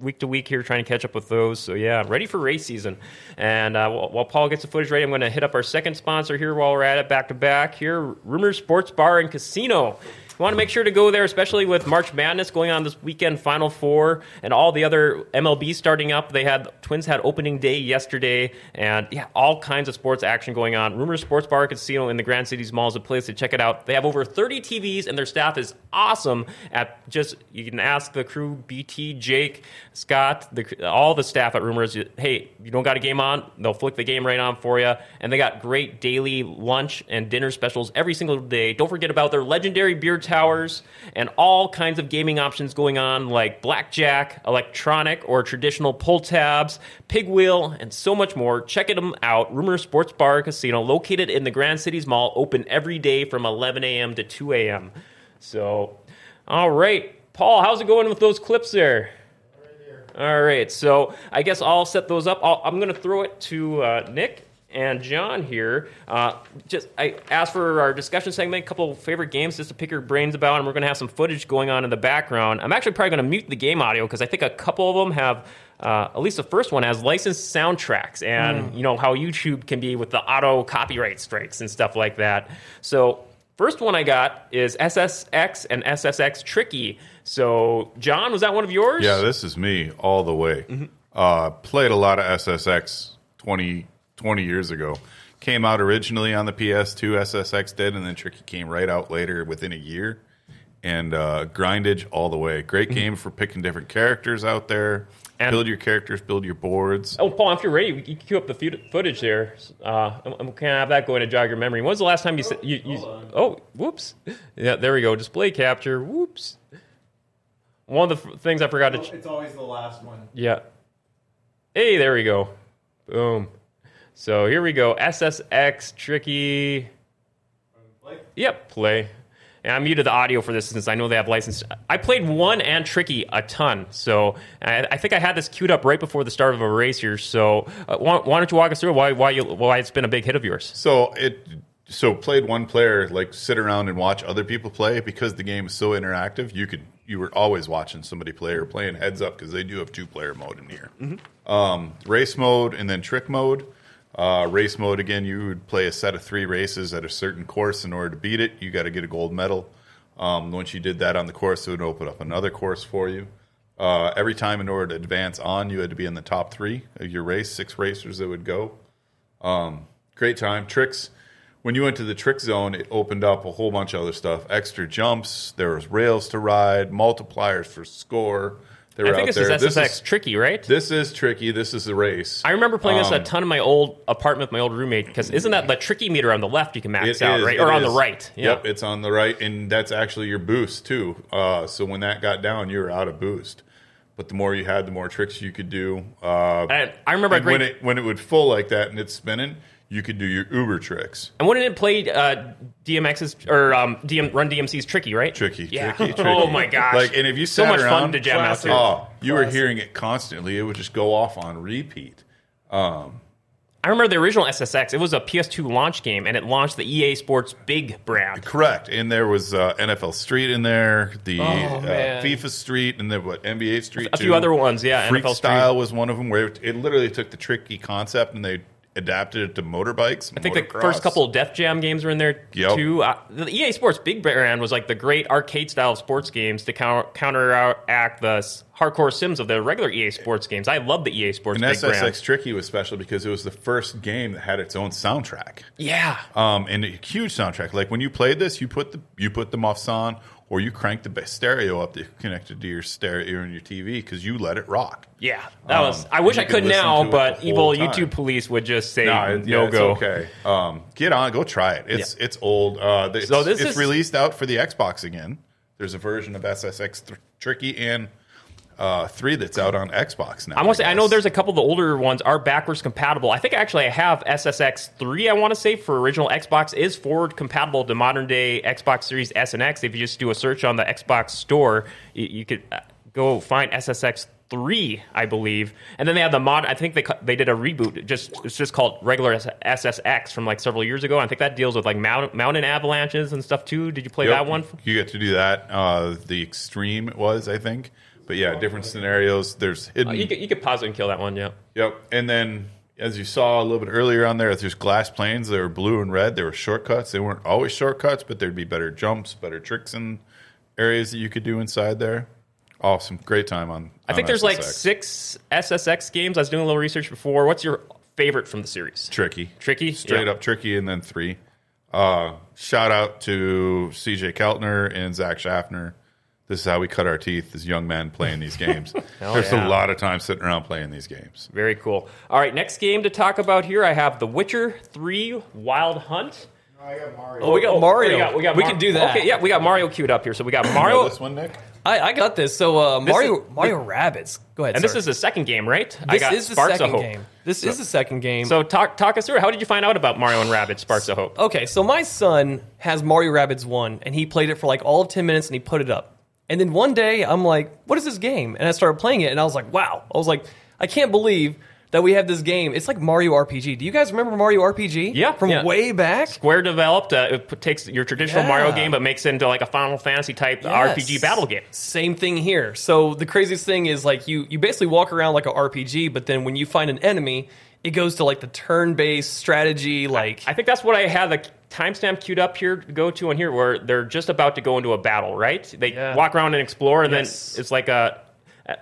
S1: week to week here, trying to catch up with those. So yeah, ready for race season. And uh, while, while Paul gets the footage ready, I'm going to hit up our second sponsor here while we're at it, back to back here. Rumor Sports Bar and Casino. You want to make sure to go there, especially with March Madness going on this weekend, Final Four, and all the other MLB starting up. They had Twins had opening day yesterday, and yeah, all kinds of sports action going on. Rumor Sports Bar and Casino in the Grand Cities Mall is a place to check it out. They have over 30 TVs, and their staff is awesome. At just you can ask the crew, BT, Jake, Scott, the, all the staff at Rumors. Hey, you don't got a game on? They'll flick the game right on for you, and they got great daily lunch and dinner specials every single day. Don't forget about their legendary beer towers and all kinds of gaming options going on, like blackjack, electronic or traditional pull tabs, pig wheel, and so much more. Check them out. Rumor Sports Bar Casino, located in the Grand Cities Mall, open every day from 11 a.m. to 2 a.m. So, all right, Paul, how's it going with those clips there? All right, so I guess I'll set those up. I'll, I'm going to throw it to uh, Nick and John here. Uh, just I asked for our discussion segment, a couple favorite games just to pick your brains about, and we're going to have some footage going on in the background. I'm actually probably going to mute the game audio because I think a couple of them have. Uh, at least the first one has licensed soundtracks, and you know how YouTube can be with the auto copyright strikes and stuff like that. So First one I got is SSX and SSX Tricky. So, John, was that one of yours?
S2: Yeah, this is me all the way. Uh, played a lot of SSX 20, 20 years ago. Came out originally on the PS2, SSX did, and then Tricky came right out later within a year. And uh, grindage all the way. Great game for picking different characters out there.
S1: And-
S2: build your characters, build your boards.
S1: Oh, Paul, if you're ready, you can queue up the fut- footage there. Uh, I'm- I'm- can I have that going to jog your memory? When was the last time you said you? you oh, whoops. Yeah, there we go. Display capture. Whoops. One of the f- things I forgot to. Ch-
S3: It's always the last one.
S1: yeah. Hey, there we go. Boom. So here we go. SSX Tricky. Yep, play. And I muted the audio for this since I know they have licensed. I played one and Tricky a ton, so I, I think I had this queued up right before the start of a race here. So uh, why, why don't you walk us through why why you, why it's been a big hit of yours?
S2: So it so played one player like sit around and watch other people play because the game is so interactive. You could you were always watching somebody play or playing heads up because they do have two player mode in here. Um, race mode and then trick mode. Uh, race mode again, you would play a set of three races at a certain course in order to beat it. You got to get a gold medal. Um, once you did that on the course, it would open up another course for you. Uh, every time in order to advance on, you had to be in the top three of your race, six racers that would go Um, great time tricks when you went to the trick zone it opened up a whole bunch of other stuff extra jumps there was rails to ride multipliers for score they were
S1: I think
S2: out
S1: this
S2: there
S1: is SSX
S2: this is
S1: Tricky, right?
S2: this Um, is tricky this is the race
S1: I remember playing this a ton in my old apartment with my old roommate because isn't that the Tricky meter on the left you can max
S2: It
S1: out,
S2: is,
S1: right,
S2: it
S1: or on
S2: is.
S1: the right? Yeah.
S2: Yep, it's on the right, and that's actually your boost too. Uh, so when that got down, you were out of boost. But the more you had, the more tricks you could do. Uh,
S1: I, I remember a
S2: and
S1: great
S2: when it when it would full like that and it's spinning, you could do your Uber tricks.
S1: And wouldn't it play uh, DMX's or um, DM, Run DMC's Tricky, right?
S2: Tricky,
S1: Yeah.
S2: tricky, tricky.
S1: Oh my gosh!
S2: Like, and if you
S1: so
S2: sat
S1: much
S2: around,
S1: fun to jam out to.
S2: Oh, you were hearing it constantly. It would just go off on repeat. Um,
S1: I remember the original SSX. It was a PS2 launch game, and it launched the EA Sports Big brand.
S2: correct. And there was uh, NFL Street in there, the uh,
S4: man.
S2: FIFA Street, and then what NBA Street.
S1: Oh, A few
S2: too.
S1: other ones, yeah.
S2: Freak
S1: NFL Street.
S2: Style was one of them where it, it literally took the tricky concept and they adapted it to motorbikes.
S1: I think the first couple of Def Jam games were in there
S2: Yep.
S1: too. Uh, the EA Sports Big Brand was like the great arcade style of sports games to counter- counteract the s- hardcore sims of the regular EA Sports games. I love the EA Sports
S2: And
S1: Big
S2: SSX
S1: Brand.
S2: Tricky was special because it was the first game that had its own soundtrack.
S1: Yeah,
S2: um, and a huge soundtrack. Like when you played this, you put the you put the muffs on, or you cranked the ba- stereo up that you connected to your stereo and your TV because you let it rock.
S1: yeah. That
S2: Um,
S1: was. I wish
S2: you
S1: I
S2: could
S1: could
S2: listen to
S1: now,
S2: it
S1: but
S2: the whole
S1: evil
S2: time.
S1: YouTube police would just say
S2: Nah,
S1: no
S2: it- yeah, it's
S1: go.
S2: okay. Um, get on, go try it. It's it's old. Uh, the- it's,
S1: So this
S2: it's
S1: is-
S2: released out for the Xbox again. There's a version of SSX th- Tricky and uh, three that's out on Xbox now.
S1: I want to say I know
S2: guess.
S1: there's a couple of the older ones are backwards compatible. I think actually I have SSX three. I want to say for original Xbox is forward compatible to modern day Xbox Series S and X. If you just do a search on the Xbox store, you, you could uh, go find SSX three, I believe. And then they have the mod. I think they cu- they did a reboot. It Just it's just called regular S- SSX from like several years ago. I think that deals with like mount, mountain avalanches and stuff too. Did you play
S2: Yep.
S1: that one?
S2: You get to do that. Uh, the extreme it was, I think. But yeah, different scenarios. There's hidden.
S1: Oh, Uh, You could, you could pause it and kill that one. Yeah.
S2: Yep. And then, as you saw a little bit earlier on there, there's glass planes. They were blue and red. They were shortcuts. They weren't always shortcuts, but there'd be better jumps, better tricks and areas that you could do inside there. Awesome. Great time on.
S1: I think there's like six SSX games. I was doing a little research before. What's your favorite from the series?
S2: Tricky.
S1: Tricky?
S2: Straight
S1: Yeah.
S2: up tricky, and then three. Uh, shout out to CJ Keltner and Zach Schaffner. This is how we cut our teeth as young men playing these games. There's
S1: yeah.
S2: a lot of time sitting around playing these games.
S1: Very cool. All right, next game to talk about here. I have The Witcher 3 Wild Hunt. Oh, we got
S4: Mario.
S1: We, got, got
S4: We
S1: Mar-
S4: can do that.
S1: Okay, yeah, we got Mario queued up here. So we got
S2: You know
S1: Mario,
S2: this one, Nick?
S4: I, I got this. So uh, Mario
S1: is-
S4: Mario Rabbits. Go ahead.
S1: and this
S4: sir.
S1: is the second game, right? I
S4: this
S1: got
S4: is the
S1: Sparks
S4: second
S1: of Hope.
S4: game. This is the second game.
S1: So talk talk us through. it. How did you find out about Mario and Rabbit Sparks of Hope?
S4: okay, so my son has Mario Rabbids 1, and he played it for like all of 10 minutes and he put it up. And then one day I'm like, what is this game? And I started playing it and I was like, wow. I was like, I can't believe that we have this game. It's like Mario RPG. Do you guys remember Mario RPG?
S1: Yeah,
S4: From
S1: yeah.
S4: way back?
S1: Square developed uh, it p- takes your traditional
S4: Yeah.
S1: Mario game but makes it into like a Final Fantasy type RPG
S4: Yes.
S1: battle game.
S4: Same thing here. So the craziest thing is like you you basically walk around like a RPG, but then when you find an enemy, it goes to like the turn-based strategy like
S1: I think that's what I had the timestamp queued up here to go to on here where they're just about to go into a battle, right? They
S4: Yeah.
S1: walk around and explore, and
S4: Yes.
S1: then it's like a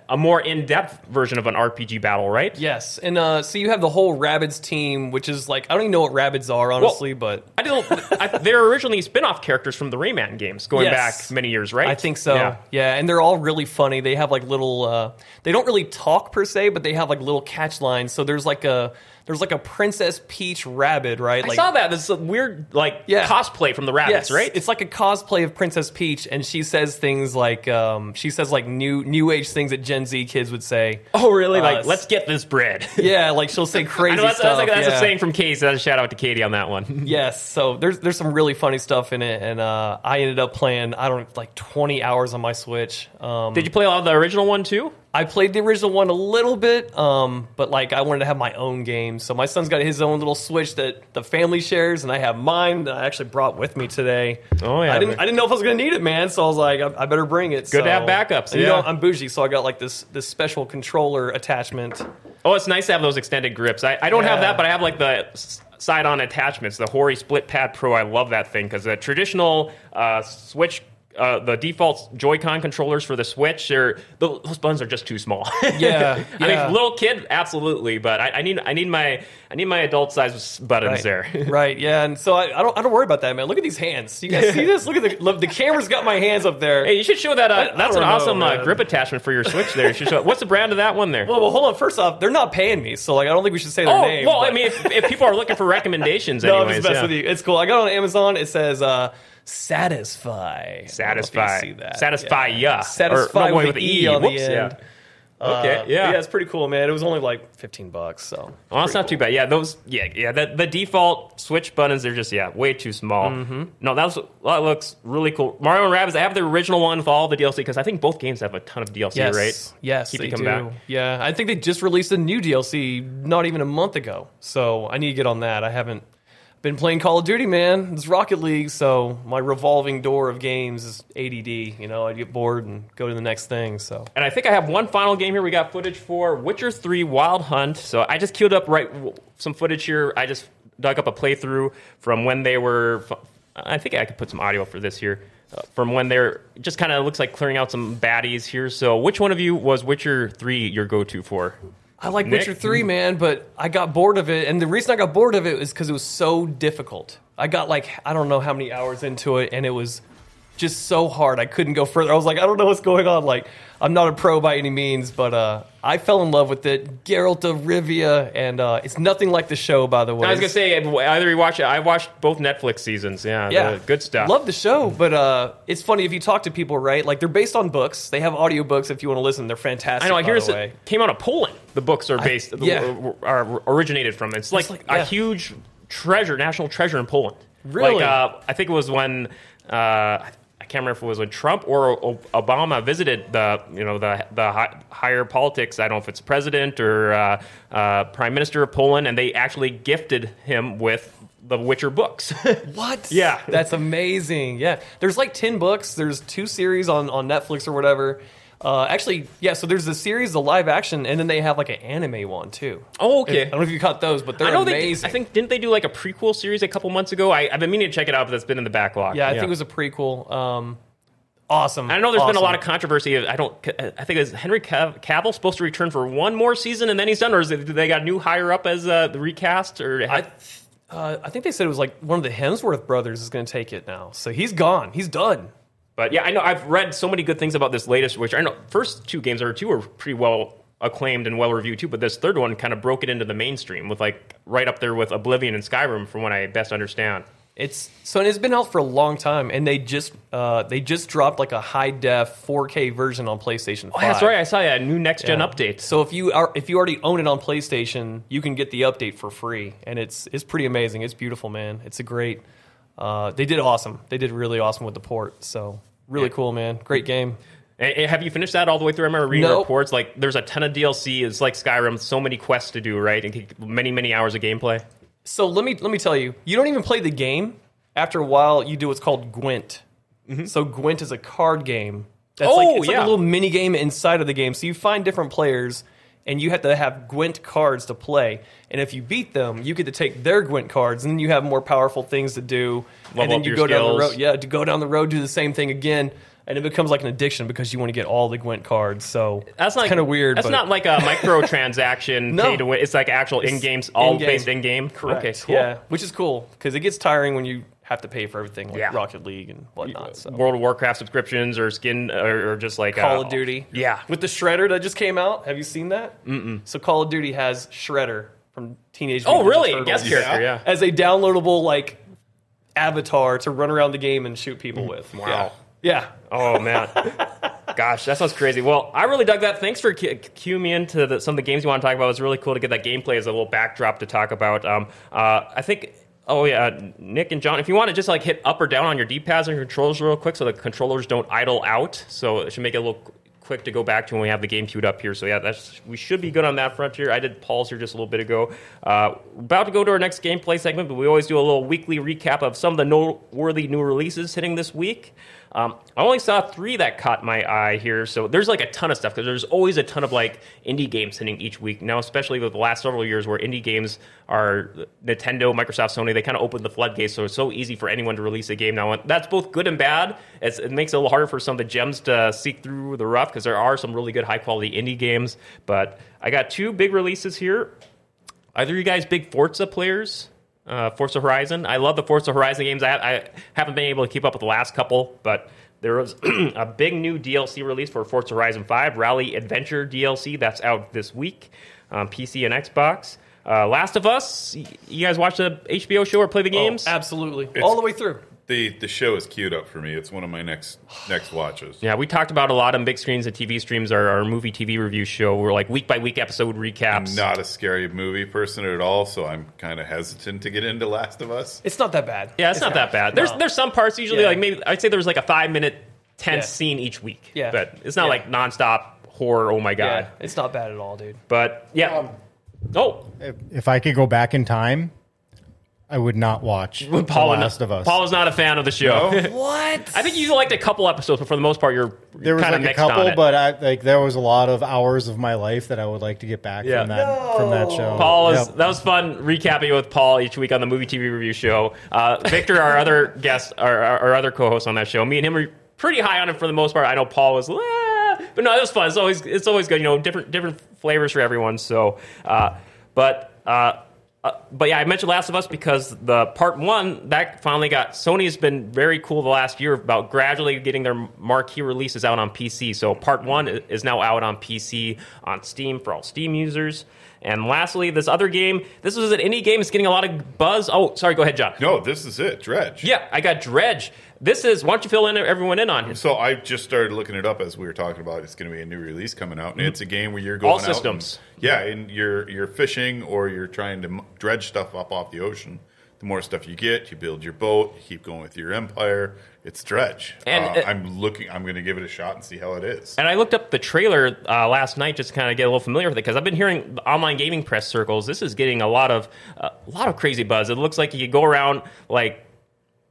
S1: a more in depth version of an RPG battle, right?
S4: Yes, and uh, so you have the whole Rabbids team, which is like I don't even know what Rabbids are honestly, but
S1: I don't. I, they were originally spin off characters from the Rayman games going
S4: Yes.
S1: back many years, right?
S4: I think so. Yeah.
S1: Yeah.
S4: and they're all really funny. They have like little. Uh, they don't really talk per se, but they have like little catch lines. So there's like a there's like a Princess Peach Rabbit, right?
S1: I
S4: like,
S1: saw that. This weird, like,
S4: Yeah.
S1: cosplay from the rabbits,
S4: Yes,
S1: right?
S4: It's like a cosplay of Princess Peach, and she says things like um, she says like new new age things that Gen Z kids would say.
S1: oh, really? Like,
S4: us.
S1: let's get this bread.
S4: Yeah, like she'll say crazy
S1: I know that's, that's,
S4: stuff.
S1: like, that's
S4: yeah.
S1: a saying from Katie. So that's a shout out to Katie on that one.
S4: Yes, so there's there's some really funny stuff in it, and uh, I ended up playing I don't like 20 hours on my Switch. Um,
S1: Did you play all the original one too?
S4: I played the original one a little bit, um, but like I wanted to have my own game, so my son's got his own little Switch that the family shares, and I have mine that I actually brought with me today.
S1: Oh, yeah.
S4: I didn't I didn't know if I was gonna need it, man, so I was like I, I better bring it.
S1: Good to
S4: so-
S1: have backups,
S4: And, you
S1: yeah.
S4: know, I'm bougie, so I got like this this special controller attachment.
S1: Oh, it's nice to have those extended grips. I, I don't have
S4: Yeah.
S1: that, but I have like the s- side-on attachments, the Hori Split Pad Pro. I love that thing because the traditional uh, Switch. Uh, the default Joy-Con controllers for the Switch, are, tho- those buttons are just too small.
S4: Yeah,
S1: I
S4: yeah.
S1: mean, little kid, absolutely, but I, I need I need my I need my adult size buttons there.
S4: right, yeah, and so I, I don't I don't worry about that, man. Look at these hands. You guys see this? Look at the look, the camera's got my hands up there.
S1: hey, you should show that. Uh,
S4: I
S1: that's an
S4: don't know,
S1: awesome uh,
S4: man.
S1: grip attachment for your Switch. There, you should show. What's the brand of that one there?
S4: Oh, Well, well, hold on. First off, they're not paying me, so like I don't think we should say their
S1: oh,
S4: name.
S1: well, I
S4: but-
S1: mean, if, if people are looking for recommendations,
S4: no, I'm
S1: anyways,
S4: just messing
S1: yeah.
S4: with you. It's cool. I got it on Amazon. It says uh, satisfy. I don't know if you
S1: Satisfy.
S4: see that.
S1: Satisfy
S4: Yeah.
S1: ya. Or-
S4: Satisfy
S1: no,
S4: with,
S1: with
S4: the
S1: the
S4: e,
S1: E.
S4: on
S1: Whoops,
S4: the
S1: yeah.
S4: end.
S1: Okay,
S4: Uh,
S1: yeah.
S4: yeah, it's pretty cool, man. It was only like fifteen bucks, so
S1: Well, that's not too bad. Yeah, those. Yeah, yeah. That the default Switch buttons are just yeah way too small. No, that was that looks really cool. Mario and Rabbids. I have the original one with all the DLC because I think both games have a ton of DLC,
S4: yes,
S1: right?
S4: yes,
S1: keep
S4: they
S1: it coming
S4: do.
S1: back.
S4: Yeah, I think they just released a new DLC not even a month ago, so I need to get on that. I haven't been playing Call of Duty, man. It's Rocket League, so my revolving door of games is ADD. You know, I get bored and go to the next thing. So
S1: And I think I have one final game here. We got footage for Witcher Three Wild Hunt. So I just queued up right w- some footage here. I just dug up a playthrough from when they were. f- I think I could put some audio for this here. Uh, from when they're just kind of looks like clearing out some baddies here. So which one of you was Witcher Three your go-to for?
S4: I like
S1: Nick?
S4: Witcher 3, man, but I got bored of it. And the reason I got bored of it is because it was so difficult. I got like, I don't know how many hours into it, and it was just so hard. I couldn't go further. I was like, I don't know what's going on. Like, I'm not a pro by any means, but uh, I fell in love with it. Geralt of Rivia, and uh, it's nothing like the show, by the way.
S1: I was gonna say either you watch it. I watched both Netflix seasons. Yeah, the good stuff.
S4: Love the show, but uh, it's funny if you talk to people, right? Like, they're based on books. They have audiobooks if you want to listen. They're fantastic.
S1: I know. I
S4: by
S1: hear
S4: the
S1: it's-
S4: way.
S1: it came out of Poland. The books are based, the-
S4: yeah.
S1: are originated from. It's like,
S4: like-
S1: a
S4: yeah.
S1: huge treasure, national treasure in Poland.
S4: Really?
S1: Like, uh, I think it was when uh, I can't remember if it was when Trump or O- Obama visited the you know the the hi- higher politics. I don't know if it's president or uh, uh, prime minister of Poland, and they actually gifted him with the Witcher books.
S4: What?
S1: Yeah.
S4: that's amazing. Yeah, there's like ten books. There's two series on on Netflix or whatever. Uh, actually, yeah. So there's the series, the live action, and then they have like an anime one too.
S1: Oh, okay.
S4: If- I don't know if you caught those, but they're
S1: I know
S4: amazing.
S1: They, I think didn't they do like a prequel series a couple months ago? I, I've been meaning to check it out, but that's been in the backlog.
S4: yeah, I think it was a prequel. Um, awesome.
S1: I know there's been a
S4: Awesome.
S1: lot of controversy. I don't. I think is Henry Cav- Cavill supposed to return for one more season and then he's done, or is it, they got a new higher up as uh, the recast? Or
S4: I, uh, I think they said it was like one of the Hemsworth brothers is going to take it now. So he's gone. He's done.
S1: but yeah, I know I've read so many good things about this latest. Which I know first two games or two were pretty well acclaimed and well reviewed too, but this third one kind of broke it into the mainstream with like right up there with Oblivion and Skyrim, from what I best understand.
S4: It's so and it's been out for a long time, and they just uh, they just dropped like a high def 4K version on PlayStation. 5.
S1: Oh, that's right. I saw yeah, new next gen
S4: Yeah.
S1: update.
S4: So if you are if you already own it on PlayStation, you can get the update for free, and it's it's pretty amazing. It's beautiful, man. It's a great. Uh, they did awesome. They did really awesome with the port. So really cool, man. Great game.
S1: And- and Eh, have you finished that all the way through? I remember reading
S4: Nope.
S1: reports like there's a ton of DLC. It's like Skyrim, so many quests to do, right? And many, many hours of gameplay.
S4: So let me let me tell you, you don't even play the game. After a while, you do what's called Gwent. So Gwent is a card game. That's
S1: Mm-hmm. Oh,
S4: like, it's like
S1: yeah.
S4: a little mini game inside of the game. So you find different players, and you have to have Gwent cards to play. And if you beat them, you get to take their Gwent cards, and then you have more powerful things to do.
S1: Level
S4: and then
S1: up your
S4: you go down the
S1: skills.
S4: road. Yeah, to go down the road, do the same thing again, and it becomes like an addiction because you want to get all the Gwent cards. So
S1: That's not
S4: kind of weird.
S1: That's
S4: but
S1: not like a microtransaction
S4: No.
S1: pay to win. It's like actual in games, all
S4: in-game.
S1: based in game. Okay, cool.
S4: Yeah, which is cool because it gets tiring when you have to pay for everything, like
S1: Yeah.
S4: Rocket League and whatnot. So.
S1: World of Warcraft subscriptions or skin or, or just like
S4: Call
S1: uh,
S4: of Duty,
S1: Yeah.
S4: with the Shredder that just came out. Have you seen that? Mm-mm. So Call of Duty has Shredder from Teenage.
S1: Oh,
S4: Mutant Ninja
S1: really?
S4: Turtles
S1: Guest
S2: Yeah.
S1: character, yeah.
S4: as a downloadable like avatar to run around the game and shoot people with.
S1: Mm. Wow.
S4: Yeah,
S1: Oh man, gosh, that sounds crazy. Well, I really dug that. Thanks for cu- cueing me into the, some of the games you want to talk about. It was really cool to get that gameplay as a little backdrop to talk about. Um, uh, I think. Oh yeah, Nick and John. If you want to just like hit up or down on your D pads and your controllers real quick, so the controllers don't idle out, so it should make it a little qu- quick to go back to when we have the game queued up here. So yeah, that's we should be good on that frontier. I did pause here just a little bit ago. Uh, about to go to our next gameplay segment, but we always do a little weekly recap of some of the noteworthy new releases hitting this week. Um, I only saw three that caught my eye here, so there's like a ton of stuff because there's always a ton of like indie games hitting each week now, especially with the last several years where indie games are Nintendo, Microsoft, Sony. They kind of opened the floodgates, so it's so easy for anyone to release a game now. And that's both good and bad. It's, it makes it a little harder for some of the gems to seek through the rough because there are some really good high quality indie games. But I got two big releases here. Either you guys big Forza players? Uh, Forza Horizon. I love the Forza Horizon games. I, I haven't been able to keep up with the last couple, but there was a big new DLC release for Forza Horizon 5 Rally Adventure DLC that's out this week on PC and Xbox. Uh, last of Us. y- You guys watch the HBO show or play the games?
S4: absolutely, all the way through.
S2: the the show is queued up for me. It's one of my next next watches.
S1: Yeah, we talked about a lot on big screens and TV streams. Our, our movie TV review show. We're like week by week episode recaps.
S2: I'm not a scary movie person at all, so I'm kind of hesitant to get into Last of Us.
S4: It's not that bad.
S1: Yeah, it's, not that bad. There's
S4: No.
S1: there's some parts usually
S4: Yeah.
S1: like maybe I'd say there was like a five minute tense
S4: Yeah.
S1: scene each week.
S4: Yeah.
S1: but it's not
S4: Yeah.
S1: like nonstop horror. Oh my god.
S4: Yeah, it's not bad at all, dude.
S1: But yeah.
S3: Um,
S1: oh,
S3: If, if I could go back in time, I would not watch
S1: Paul
S3: The Last of Us.
S1: Paula's not a fan of the show.
S4: What?
S1: I think you liked a couple episodes, but for the most part, you're
S3: there was
S1: kind of
S3: like a
S1: mixed on
S3: couple,
S1: it.
S3: but I like there was a lot of hours of my life that I would like to get back
S1: Yeah.
S3: from that from that show.
S1: Paul is,
S3: Oh, Yep.
S1: that was fun recapping with Paul each week on the movie TV review show. Uh, Victor, our other guest, our, our, our other co-host on that show, me and him were pretty high on it for the most part. I know Paul was, "Ah," but no, it was fun. It's always it's always good, you know, different different flavors for everyone. So, uh, but. Uh, uh, but yeah, I mentioned Last of Us because the part one that finally got Sony has been very cool the last year about gradually getting their marquee releases out on PC. So part one i- is now out on PC on Steam for all Steam users. And lastly, this other game, this was an indie game. It's getting a lot of buzz. Oh, sorry, go ahead, John.
S2: No, this is it, Dredge.
S1: Yeah, I got Dredge. This is why don't you fill in everyone in on it?
S2: So I just started looking it up as we were talking about. It's going to be a new release coming out, and it's a game where you're going
S1: Mm-hmm. All
S2: out and-
S1: systems.
S2: yeah, and you're you're fishing or you're trying to m- dredge stuff up off the ocean. The more stuff you get, you build your boat, you keep going with your empire. It's dredge.
S1: And
S2: uh,
S1: it-
S2: I'm looking. I'm going to give it a shot and see how it is.
S1: And I looked up the trailer uh, last night just to kind of get a little familiar with it because I've been hearing the online gaming press circles. This is getting a lot of uh, a lot of crazy buzz. It looks like you could go around like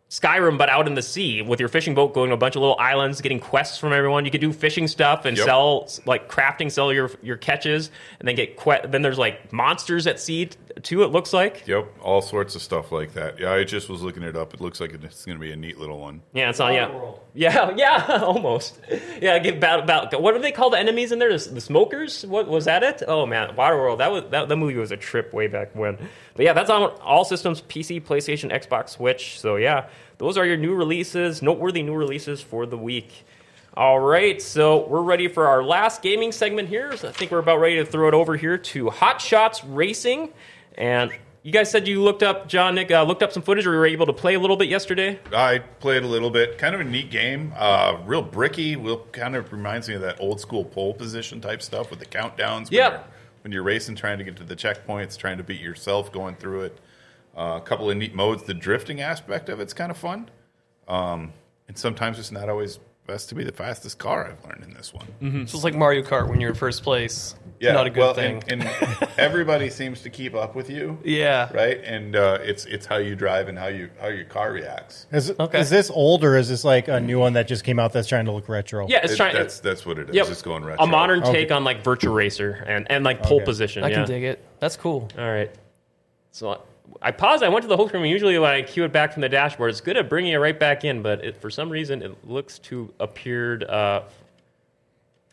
S1: Skyrim, but out in the sea with your fishing boat, going to a bunch of little islands, getting quests from everyone. You could do fishing stuff and
S2: Yep.
S1: sell like crafting, sell your your catches, and then get que- then there's like monsters at sea t- too. It looks like
S2: Yep, all sorts of stuff like that. Yeah, I just was looking it up. It looks like it's going to be a neat little one.
S1: yeah, it's not yeah. Yeah, yeah, almost. Yeah, give battle, battle. What do they call the enemies in there? The, the smokers? What was that? It? Oh man, Waterworld. That was that, that movie was a trip way back when. But yeah, that's on all systems: PC, PlayStation, Xbox, Switch. So yeah, those are your new releases, noteworthy new releases for the week. All right, so we're ready for our last gaming segment here. So I think we're about ready to throw it over here to Hot Shots Racing, and you guys said you looked up John Nick uh, looked up some footage, or you were able to play a little bit yesterday.
S2: I played a little bit. Kind of a neat game. Uh, real bricky. Real kind of reminds me of that old school pole position type stuff with the countdowns. When
S1: Yep.
S2: You're, when you're racing, trying to get to the checkpoints, trying to beat yourself, going through it. Uh, a couple of neat modes. The drifting aspect of it's kind of fun. Um, and sometimes it's not always best to be the fastest car. I've learned in this one.
S4: It's just like Mario Kart when you're in first place.
S2: Yeah.
S4: Mm-hmm. not a good
S2: well,
S4: thing.
S2: And, and everybody seems to keep up with you.
S4: yeah,
S2: Right, and uh, it's it's how you drive and how you how your car reacts.
S3: Is,
S4: Okay.
S3: is this old or is this like a new one that just came out that's trying to look retro?
S1: Yeah, it's
S2: It-
S1: trying.
S2: that's that's what it is.
S1: Yep.
S2: It's going retro.
S1: A modern
S3: Okay.
S1: take on like Virtua Racer and, and like pole
S3: Okay.
S1: position.
S4: I
S1: yeah.
S4: can dig it. That's cool.
S1: All right. So I, I paused. I went to the home screen. and Usually when I cue it back from the dashboard, it's good at bringing it right back in. But it, for some reason, it looks to appeared. Uh,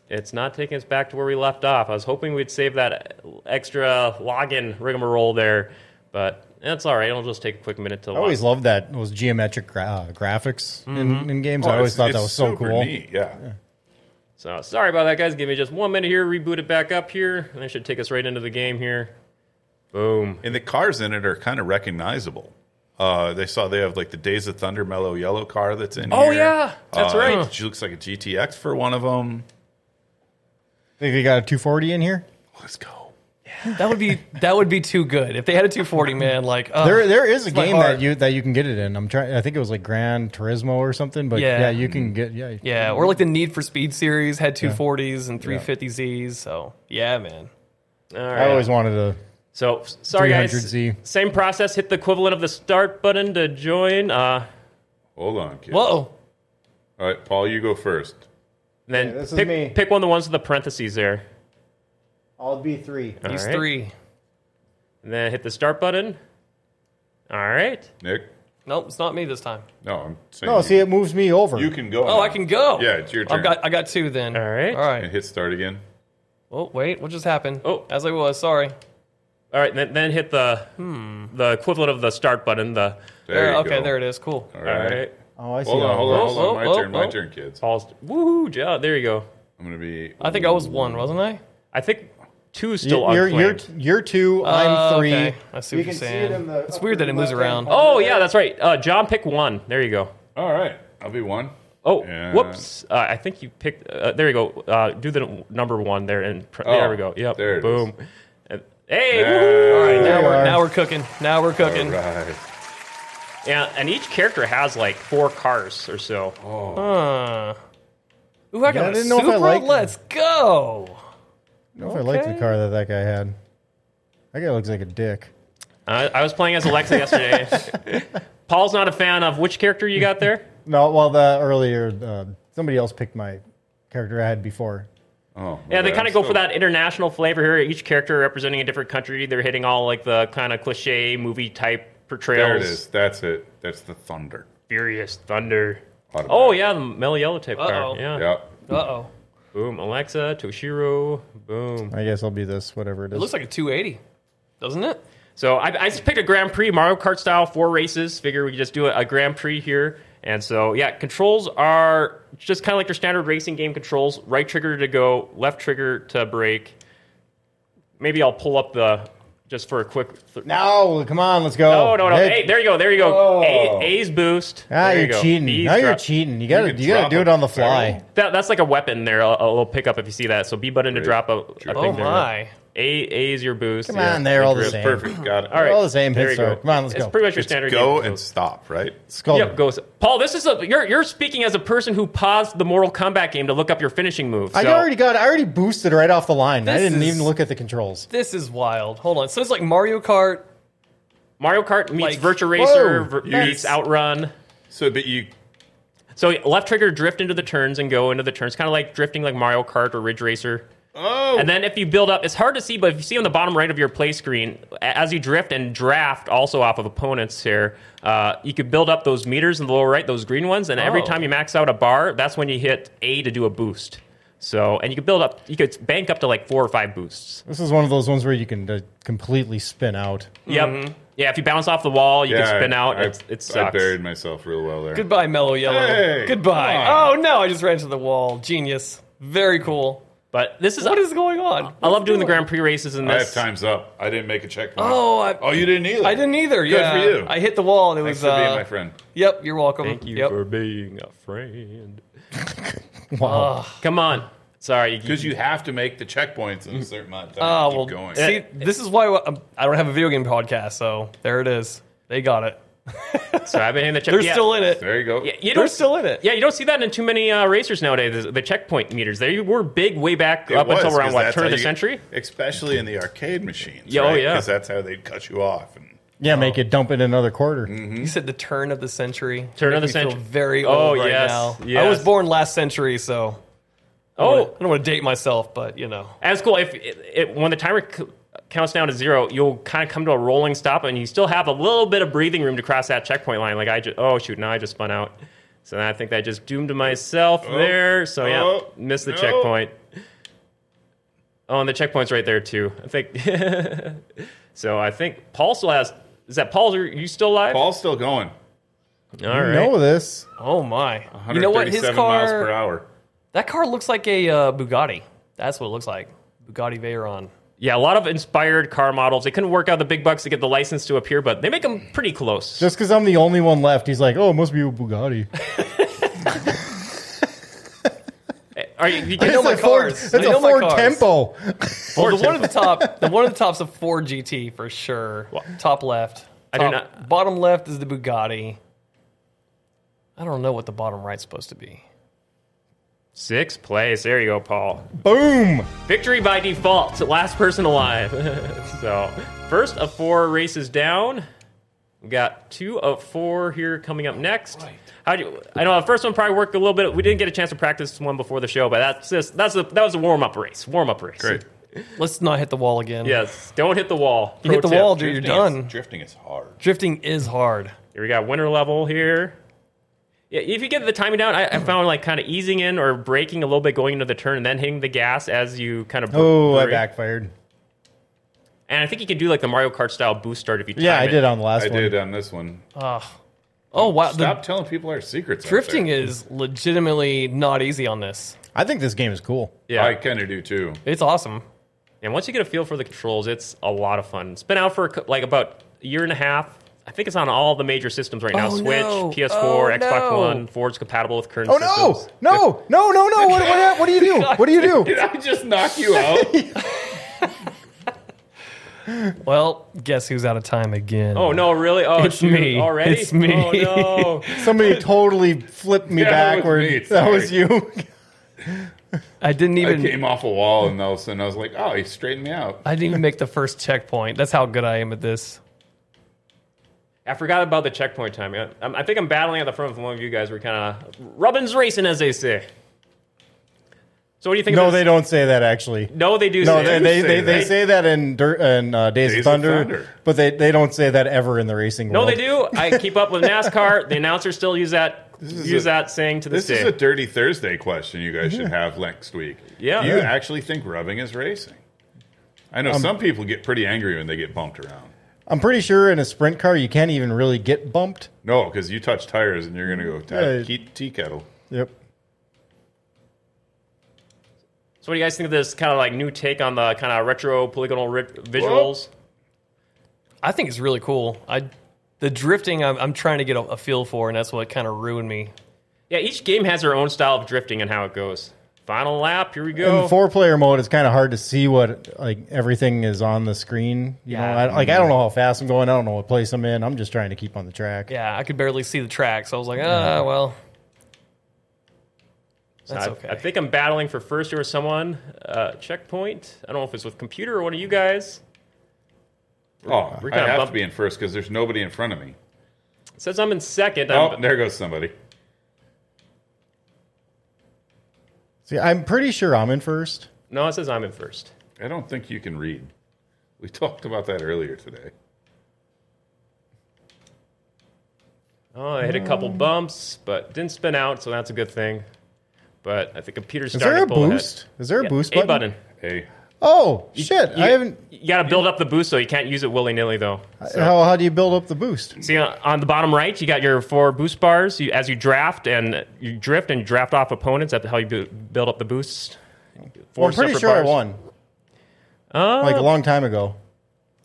S1: it's not taking us back to where we left off. I was hoping we'd save that extra login rigmarole there, but that's all right. It'll just take a quick minute to.
S3: I always
S1: log-
S3: loved that those geometric gra- uh, graphics in, in games. I
S2: Oh,
S3: always
S2: it's-
S3: thought that
S2: it's
S3: was so
S2: super
S3: cool.
S2: neat, yeah.
S1: so sorry about that, guys. Give me just one minute here. Reboot it back up here, and it should take us right into the game here. Boom.
S2: And the cars in it are kind of recognizable. Uh, they saw they have like the Days of Thunder mellow yellow car that's in
S1: Oh,
S2: here.
S1: yeah. That's
S2: Uh,
S1: right.
S2: She looks like a GTX for one of them.
S3: Think they got a 240 in here?
S2: Let's go.
S4: That would be that would be too good if they had a 240 man. Like uh,
S3: There, there is a
S4: my
S3: game
S4: heart.
S3: that you that you can get it in. I'm trying. I think it was like Gran Turismo or something. But
S4: Yeah.
S3: yeah, you can get yeah.
S4: Yeah, or like the Need for Speed series had 240s and 350zs. So yeah, man.
S1: All right.
S3: I always wanted to.
S1: So s- sorry, guys.
S3: 300Z.
S1: Same process. Hit the equivalent of the start button to join. Uh,
S2: Hold on, kid.
S4: Whoa,
S2: All right, Paul, you go first.
S1: and then
S3: Yeah, this is
S1: pick,
S3: me.
S1: pick one of the ones with the parentheses there,
S3: I'll be three.
S1: All
S4: these
S1: right.
S4: three.
S1: and then hit the start button. All right.
S2: Nick?
S4: Nope, it's not me this time.
S2: No, I'm saying.
S3: No,
S2: you,
S3: see, it moves me over.
S2: you can go.
S4: Oh,
S2: now.
S4: I can go.
S2: Yeah, it's your turn.
S4: I've got I got two then.
S1: All right.
S4: All
S2: And
S4: right.
S2: hit start again.
S4: Oh wait, what just happened?
S1: Oh.
S4: as I was. Sorry.
S1: All right. Then, then hit the hmm, the equivalent of the start button. The
S2: There you
S4: Uh, okay,
S2: go.
S4: there it is. Cool.
S2: All
S1: all
S2: right.
S1: right.
S3: oh, I see.
S2: Hold
S3: how
S2: on,
S3: it
S2: hold on,
S3: works.
S2: hold on.
S4: Oh,
S2: My
S4: oh,
S2: turn, my
S4: oh.
S2: turn, kids.
S1: Paul's. Woohoo! Yeah, there you go.
S2: I'm going to be.
S4: I think I was one, wasn't I?
S1: I think Two is still
S3: you're, you're,
S1: unclaimed. Oh,
S3: you're two. I'm
S4: Uh,
S3: three.
S4: okay. I see
S3: You
S4: what you're
S3: can see it
S4: saying.
S3: in the
S4: It's weird
S3: upper
S4: that it moves
S3: left-hand
S4: around.
S3: corner.
S1: oh yeah, that's right. Uh, John, pick one. There you go.
S2: All right, I'll be one.
S1: Oh,
S2: And-
S1: whoops! Uh, I think you picked. Uh, there you go. Uh, do the n- number one there, and pr-
S2: Oh,
S1: there we go. Yep.
S2: there it
S1: Boom. And- hey.
S2: Yeah.
S1: woohoo! All right.
S3: There
S4: Now
S3: you
S4: we're,
S3: are.
S4: now we're cooking. Now we're
S2: All
S4: cooking.
S2: right.
S1: Yeah, and each character has like four cars or so.
S2: Oh.
S4: Ooh, I got
S3: Yeah, I
S4: a
S3: didn't know if I
S4: Supra?
S3: liked it.
S4: Let's go.
S3: I don't know if I like the
S4: Okay.
S3: car that that guy had. That guy looks like a dick.
S1: Uh, I was playing as Alexa yesterday. Paul's not a fan of which character you got there.
S3: No, well, the earlier uh, somebody else picked my character I had before.
S2: Oh,
S1: Yeah, they
S2: okay,
S1: kind
S2: I'm
S1: of go
S2: still-
S1: for that international flavor here. Each character representing a different country. They're hitting all like the kind of cliche movie type portrayals.
S2: There it is. That's it. That's the thunder.
S1: Furious Thunder.
S2: Automatic.
S1: Oh yeah, the Mel Yellow type
S4: Uh-oh.
S1: car. Yeah.
S2: Yep.
S4: Uh oh.
S1: Boom. Alexa, Toshiro. Boom.
S3: I guess I'll be this, whatever it is.
S4: It looks like a 280, doesn't it?
S1: So I, I just picked a Grand Prix Mario Kart style four races. Figure we could just do a, a Grand Prix here. And so yeah, controls are just kind of like your standard racing game controls. Right trigger to go, left trigger to brake. Maybe I'll pull up the just for a quick. Th-
S3: no, come on, let's go.
S1: Oh no no!
S3: Hey,
S1: Hey, there you go, there you go.
S2: Oh.
S1: A, A's boost.
S3: ah,
S1: There you
S3: you're
S1: go.
S3: cheating.
S1: B's
S3: now you're
S1: drop.
S3: cheating. You gotta
S2: could
S3: you, gotta
S2: drop
S3: do
S2: a
S3: it on the fly.
S2: barrel.
S1: That, that's like a weapon there. A, a little pickup if you see that. So B button to
S2: Great.
S1: drop a, a thing
S4: Oh
S1: there.
S4: my.
S1: A A is your boost.
S3: Come on, they're all the
S1: Grip.
S3: same.
S2: Perfect. Got it.
S1: All right,
S3: all the same,
S1: there you
S3: pit
S1: go.
S3: start. Come on, let's
S1: it's
S3: go.
S1: pretty much your
S2: It's
S1: standard.
S2: go
S1: game.
S2: and stop. Right.
S3: Skull.
S1: Yep, goes. Paul, this is a you're you're speaking as a person who paused the Mortal Kombat game to look up your finishing move.
S3: I
S1: So-
S3: already got. I already boosted right off the line. I
S4: This
S3: didn't
S4: is-
S3: even look at the controls.
S4: This is wild. Hold on. So it's like Mario Kart.
S1: Mario Kart meets
S4: Like-
S1: Virtua Racer
S3: Whoa,
S1: ver-
S2: yes.
S1: meets Outrun.
S2: So, but you
S1: So left trigger drift into the turns and go into the turns, kind of like drifting like Mario Kart or Ridge Racer.
S2: Oh.
S1: And then if you build up, it's hard to see, but if you see on the bottom right of your play screen, a- as you drift and draft also off of opponents here, uh, you could build up those meters in the lower right, those green ones, and every
S4: Oh.
S1: time you max out a bar, that's when you hit A to do a boost. So and you could build up, you could bank up to like four or five boosts.
S3: This is one of those ones where you can uh, completely spin out.
S1: Yep. Yeah, if you bounce off the wall, you
S2: Mm-hmm. Yeah,
S1: can spin out.
S2: I,
S1: it's, it
S2: I
S1: sucks.
S2: buried myself real well there.
S4: Goodbye, Mellow Yellow.
S2: Hey,
S4: Goodbye.
S2: come on.
S4: Oh no, I just ran to the wall. Genius. Very cool.
S1: But this is
S4: What is going on?
S1: I love doing the Grand Prix races in
S2: I
S1: this.
S2: have times up. I didn't make a checkpoint.
S4: Oh, I,
S2: oh, you didn't either.
S4: I didn't either.
S2: Good
S4: yeah,
S2: for you.
S4: I hit the wall and it
S2: Thanks
S4: was.
S2: for being
S4: uh,
S2: my friend.
S4: Yep, you're welcome.
S1: Thank you
S4: Yep.
S1: for being a friend.
S3: Wow.
S1: Come on. Sorry. you-
S2: Because you have to make the checkpoints in a certain amount of time.
S4: Oh
S2: to keep
S4: well.
S2: going.
S4: See, this is why um, I don't have a video game podcast. So there it is. They got it.
S1: so I've been in the check.
S4: They're
S1: yeah.
S4: still in it.
S2: there you go.
S1: Yeah, you
S4: They're
S1: don't-
S4: still in it.
S1: Yeah, you don't see that in too many uh, racers nowadays. The, the checkpoint meters. They were big way back
S2: It
S1: up
S2: was,
S1: until
S2: 'cause
S1: around what
S2: that's
S1: turn
S2: how
S1: of the
S2: you-
S1: century.
S2: especially in the arcade machines.
S1: Yeah, oh, yeah.
S2: because that's how they'd cut you off. And
S3: Yeah, make it dump it another quarter.
S4: You said the turn of the century.
S1: Turn of
S4: Make
S1: the
S4: me feel
S1: century.
S4: Very
S1: Oh,
S4: old right
S1: yes,
S4: now. I
S1: yes.
S4: was born last century, so I don't
S1: Oh.
S4: wanna- I don't want to date myself, but you know.
S1: And it's cool. If it, it, when the timer c- counts down to zero, you'll kind of come to a rolling stop, and you still have a little bit of breathing room to cross that checkpoint line. Like I just, oh shoot, now I just spun out. So then I think I just doomed myself there. So yeah,
S2: Oh.
S1: missed the
S2: No.
S1: checkpoint. Oh, and the checkpoint's right there too. I think. so I think Paul still has. Is that Paul? Are you still alive?
S2: Paul's still going.
S1: All right.
S3: Know this?
S4: Oh my! You
S2: 137
S4: know what? His
S2: miles per
S4: car.
S2: hour.
S4: That car looks like a uh, Bugatti. That's what it looks like. Bugatti Veyron.
S1: Yeah, a lot of inspired car models. They couldn't work out the big bucks to get the license to appear, but they make them pretty close.
S3: Just because I'm the only one left, he's like, "Oh, it must be a Bugatti."
S1: Are you, you
S4: know
S3: it's
S4: my
S3: a Ford.
S4: cars.
S3: It's
S4: I know
S3: a
S4: my
S3: Ford
S4: cars.
S3: Tempo.
S4: Well, the one at the top, the one at the top's a Ford GT for sure. top left.
S1: I do
S4: Top-
S1: not-
S4: Bottom left is the Bugatti. I don't know what the bottom right's supposed to be.
S1: sixth place. There you go, Paul.
S3: Boom.
S1: Victory by default. Last person alive. so, first of four races down. We got two of four here coming up next. How do you, I know the first one probably worked a little bit. We didn't get a chance to practice one before the show, but that's just that's a, that was a warm up race. Warm up race.
S2: Great.
S4: Let's not hit the wall again.
S1: Yes. Don't hit the wall.
S4: You hit
S1: Pro
S4: the wall,
S1: tip.
S4: dude. You're
S2: Drifting is-
S4: done.
S2: drifting is hard.
S4: Drifting is hard.
S1: Here we got winter level here. Yeah, if you get the timing down, I, I found like kind of easing in or braking a little bit going into the turn and then hitting the gas as you kind of.
S3: Oh, I
S1: brake.
S3: backfired.
S1: And I think you can do like the Mario Kart style boost start if you time
S3: Yeah, I
S1: it.
S3: did on the last
S2: I
S3: one.
S2: did on this one.
S4: Oh wow!
S2: Stop
S4: The
S2: telling people our secrets. out
S4: drifting
S2: there.
S4: is legitimately not easy on this.
S3: I think this game is cool.
S1: Yeah.
S2: I kind of do too.
S4: It's awesome.
S1: And once you get a feel for the controls, it's a lot of fun. It's been out for co- like about a year and a half. I think it's on all the major systems right now:
S4: Oh,
S1: Switch,
S4: no.
S1: PS4,
S4: Oh,
S1: Xbox
S4: no.
S1: One. Ford's compatible with current
S3: Oh
S1: systems.
S3: no! No! No! No! No! What, what, what do you do? What do you do?
S2: Did I just knock you out?
S4: Well, guess who's out of time again?
S1: Oh no! Really? Oh,
S4: It's
S1: shoot,
S4: me.
S1: already.
S4: It's me.
S1: Oh no!
S3: Somebody totally flipped me
S2: Yeah, that was me,
S3: backwards. That was you.
S4: I didn't
S2: I
S4: even.
S2: came off a wall and all of a sudden I was like, oh, he straightened me out.
S4: I didn't even make the first checkpoint. That's how good I am at this.
S1: I forgot about the checkpoint time. I, I'm- I think I'm battling at the front of one of you guys. We're kind of rubbins racing, as they say. So what do you think?
S3: No,
S1: of this?
S3: they don't say that actually.
S1: No, they do.
S3: No,
S1: say
S3: they
S1: it.
S3: they,
S2: say
S3: they, they
S2: that.
S3: say that in Dirt and uh, Days, of
S2: Days of
S3: Thunder,
S2: Thunder.
S3: but they, they don't say that ever in the racing
S1: No,
S3: world.
S1: they do. I keep up with NASCAR. The announcers still use that
S2: is
S1: use
S2: a-
S1: that saying to this,
S2: This is
S1: day.
S2: a Dirty Thursday question you guys should have next week.
S1: Yeah. Um,
S2: Do you
S1: Yeah.
S2: actually think rubbing is racing? I know some people get pretty angry when they get bumped around.
S3: I'm pretty sure in a sprint car you can't even really get bumped.
S2: No, because you touch tires and you're going to go tap,
S3: Yeah.
S2: tea, tea kettle.
S3: Yep.
S1: so, what do you guys think of this kind of like new take on the kind of retro polygonal ri- visuals?
S4: I think it's really cool. I the drifting I'm, I'm trying to get a, a feel for, and that's what kind of ruined me.
S1: Yeah, each game has their own style of drifting and how it goes. Final lap, here we
S3: In
S1: go.
S3: the four player mode, it's kind of hard to see what like everything is on the screen. You know,
S1: Yeah.
S3: I, like I don't know how fast I'm going. I don't know what place I'm in. I'm just trying to keep on the track.
S4: Yeah, I could barely see the track, so I was like, ah, well,
S1: So
S4: that's
S1: I,
S4: okay.
S1: I think I'm battling for first or someone. Uh, checkpoint. I don't know if it's with computer or one of you guys.
S2: Oh,
S1: we're
S2: I
S1: gonna
S2: have
S1: bump-
S2: to be in first because there's nobody in front of me.
S1: It says I'm in second.
S2: Oh,
S1: I'm,
S2: there goes somebody.
S3: See, I'm pretty sure I'm in first.
S1: no, it says I'm in first.
S2: I don't think you can read. We talked about that earlier today.
S1: Oh, I hit a couple bumps, but didn't spin out, so that's a good thing. But I think computer's
S3: Is
S1: starting
S3: there a
S1: to pull ahead.
S3: boost? Is there a
S1: Yeah,
S3: boost
S1: A
S3: button?
S1: button.
S2: Hey,
S3: Oh shit!
S1: You,
S3: I haven't.
S1: You got to build up the boost, so you can't use it willy nilly though.
S3: How how do you build up the boost?
S1: See uh, on the bottom right, you got your four boost bars. You, as you draft and you drift and draft off opponents, that's how you bu- build up the boosts. Four
S3: Well, I'm pretty
S1: separate
S3: sure
S1: bars. Uh,
S3: I won. like a long time ago.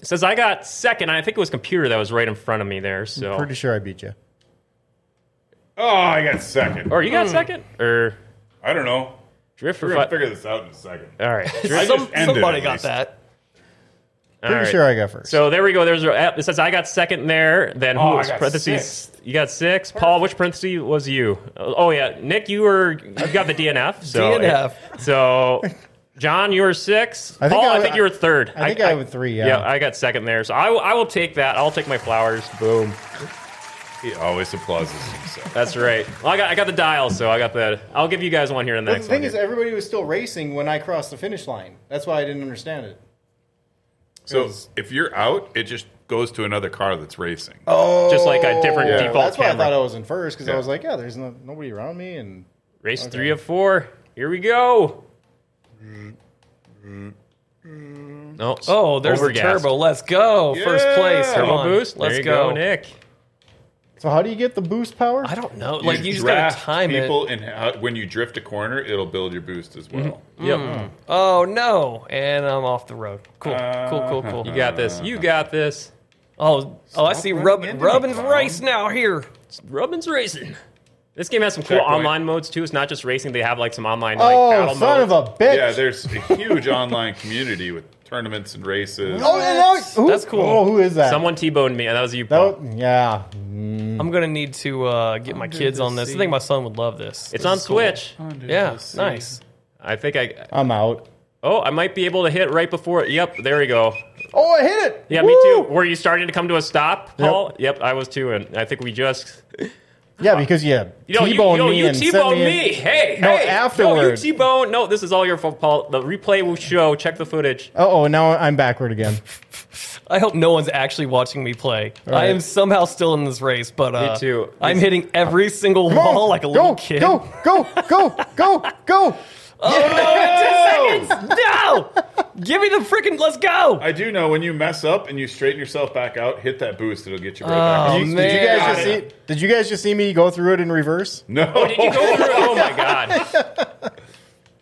S1: It says I got second. I think it was computer that was right in front of me there. So,
S3: Pretty sure I beat you.
S2: oh, I got second.
S1: or you
S3: Hmm.
S1: got second or
S2: I don't know.
S1: drift for
S2: We're gonna
S1: fun.
S2: figure this out in a second.
S1: All right, drift.
S2: I
S4: Some,
S2: just ended,
S4: somebody
S2: at
S4: got
S2: least.
S4: that.
S1: All
S3: Pretty
S1: right.
S3: sure I got first.
S1: So there we go. There's a- it says I got second there. Then who
S2: Oh, I
S1: was
S2: got
S1: parentheses? You got six. Paul, which parentheses was you? Uh, Oh yeah, Nick, you were you got the DNF. So
S4: DNF.
S1: so John, you were six.
S3: I think
S1: Paul, I,
S3: I-
S1: think you were third.
S3: I think I, went three. Yeah.
S1: Yeah, I got second there. So I, will- I will take that. I'll take my flowers. Boom.
S2: He always applauses himself.
S1: That's right. Well, I got I got the dial, so I got the. I'll give you guys one here in the
S3: But
S1: next
S3: the thing
S1: one.
S3: is, everybody was still racing when I crossed the finish line. That's why I didn't understand it.
S2: So if you're out, it just goes to another car that's racing.
S3: Oh,
S1: Just like a different
S2: Yeah.
S1: default
S3: That's why I
S1: camera.
S3: thought I was in first because
S2: Yeah.
S3: I was like, yeah, there's no, nobody around me, and
S1: Race three of four. Here we go. No.
S4: Oh, there's the
S1: Overgas.
S4: turbo. Let's go. First
S2: Yeah.
S4: place. Come
S2: Turbo
S4: on.
S1: boost.
S4: Let's
S1: there you
S4: go.
S1: go. Nick.
S3: so how do you get the boost power?
S4: I don't know. Like you, just gotta
S2: draft
S4: time it.
S2: people, and how, when you drift a corner, it'll build your boost as well.
S4: Mm-hmm.
S1: Yep.
S4: Oh no! And I'm off the road. Cool. cool. Cool. Cool.
S1: You got this. You got this.
S4: Oh, oh! I see.
S2: running
S4: Rubbin,
S2: into me,
S4: Rubbin's
S2: clown.
S4: race now. Here.
S1: Robin's racing. This game has some cool
S2: Checkpoint.
S1: online modes too. It's not just racing; they have like some online like
S3: oh,
S1: battle
S3: son
S1: modes.
S3: of a bitch!
S2: Yeah, there's a huge online community with tournaments and races.
S3: oh, and now- who-
S4: That's cool.
S3: Oh, who is that?
S1: Someone T-boned me, and that was you, Paul.
S3: That was- yeah.
S4: I'm gonna need to uh, get my kids on this. I think my son would love this.
S1: It's
S4: This
S1: on
S4: is cool.
S1: Switch.
S4: Yeah, nice.
S1: I think I.
S3: I'm out.
S1: Oh, I might be able to hit right before. it. Yep, there we go.
S3: Oh, I hit it.
S1: Yeah, me
S3: Woo!
S1: too. Were you starting to come to a stop, Paul? Yep, I was too, and I think we just.
S3: Yeah, because yeah,
S1: You know, you,
S3: T-boned
S1: you, know,
S3: me
S1: you
S3: and sent
S1: T-boned
S3: me
S1: me.
S3: in-
S1: Hey,
S3: No,
S1: hey, No, you
S3: afterward.
S1: T-boned. No, this is all your fault, Paul. The replay will show. Check the footage.
S3: Uh-oh, now I'm backward again.
S4: I hope no one's actually watching me play. I
S3: right.
S4: am somehow still in this race, but uh,
S1: too.
S4: I'm hitting every single
S3: Come on,
S4: wall like a
S3: go,
S4: little kid.
S3: Go, go, go, go, go.
S4: No, give me the freaking. Let's go.
S2: I do know when you mess up and you straighten yourself back out, hit that boost, it'll get you right back.
S4: Oh,
S2: up.
S3: Did you
S4: man.
S3: guys just see? Did you guys just see me go through it in reverse?
S2: No,
S1: Did you go through? Oh my god!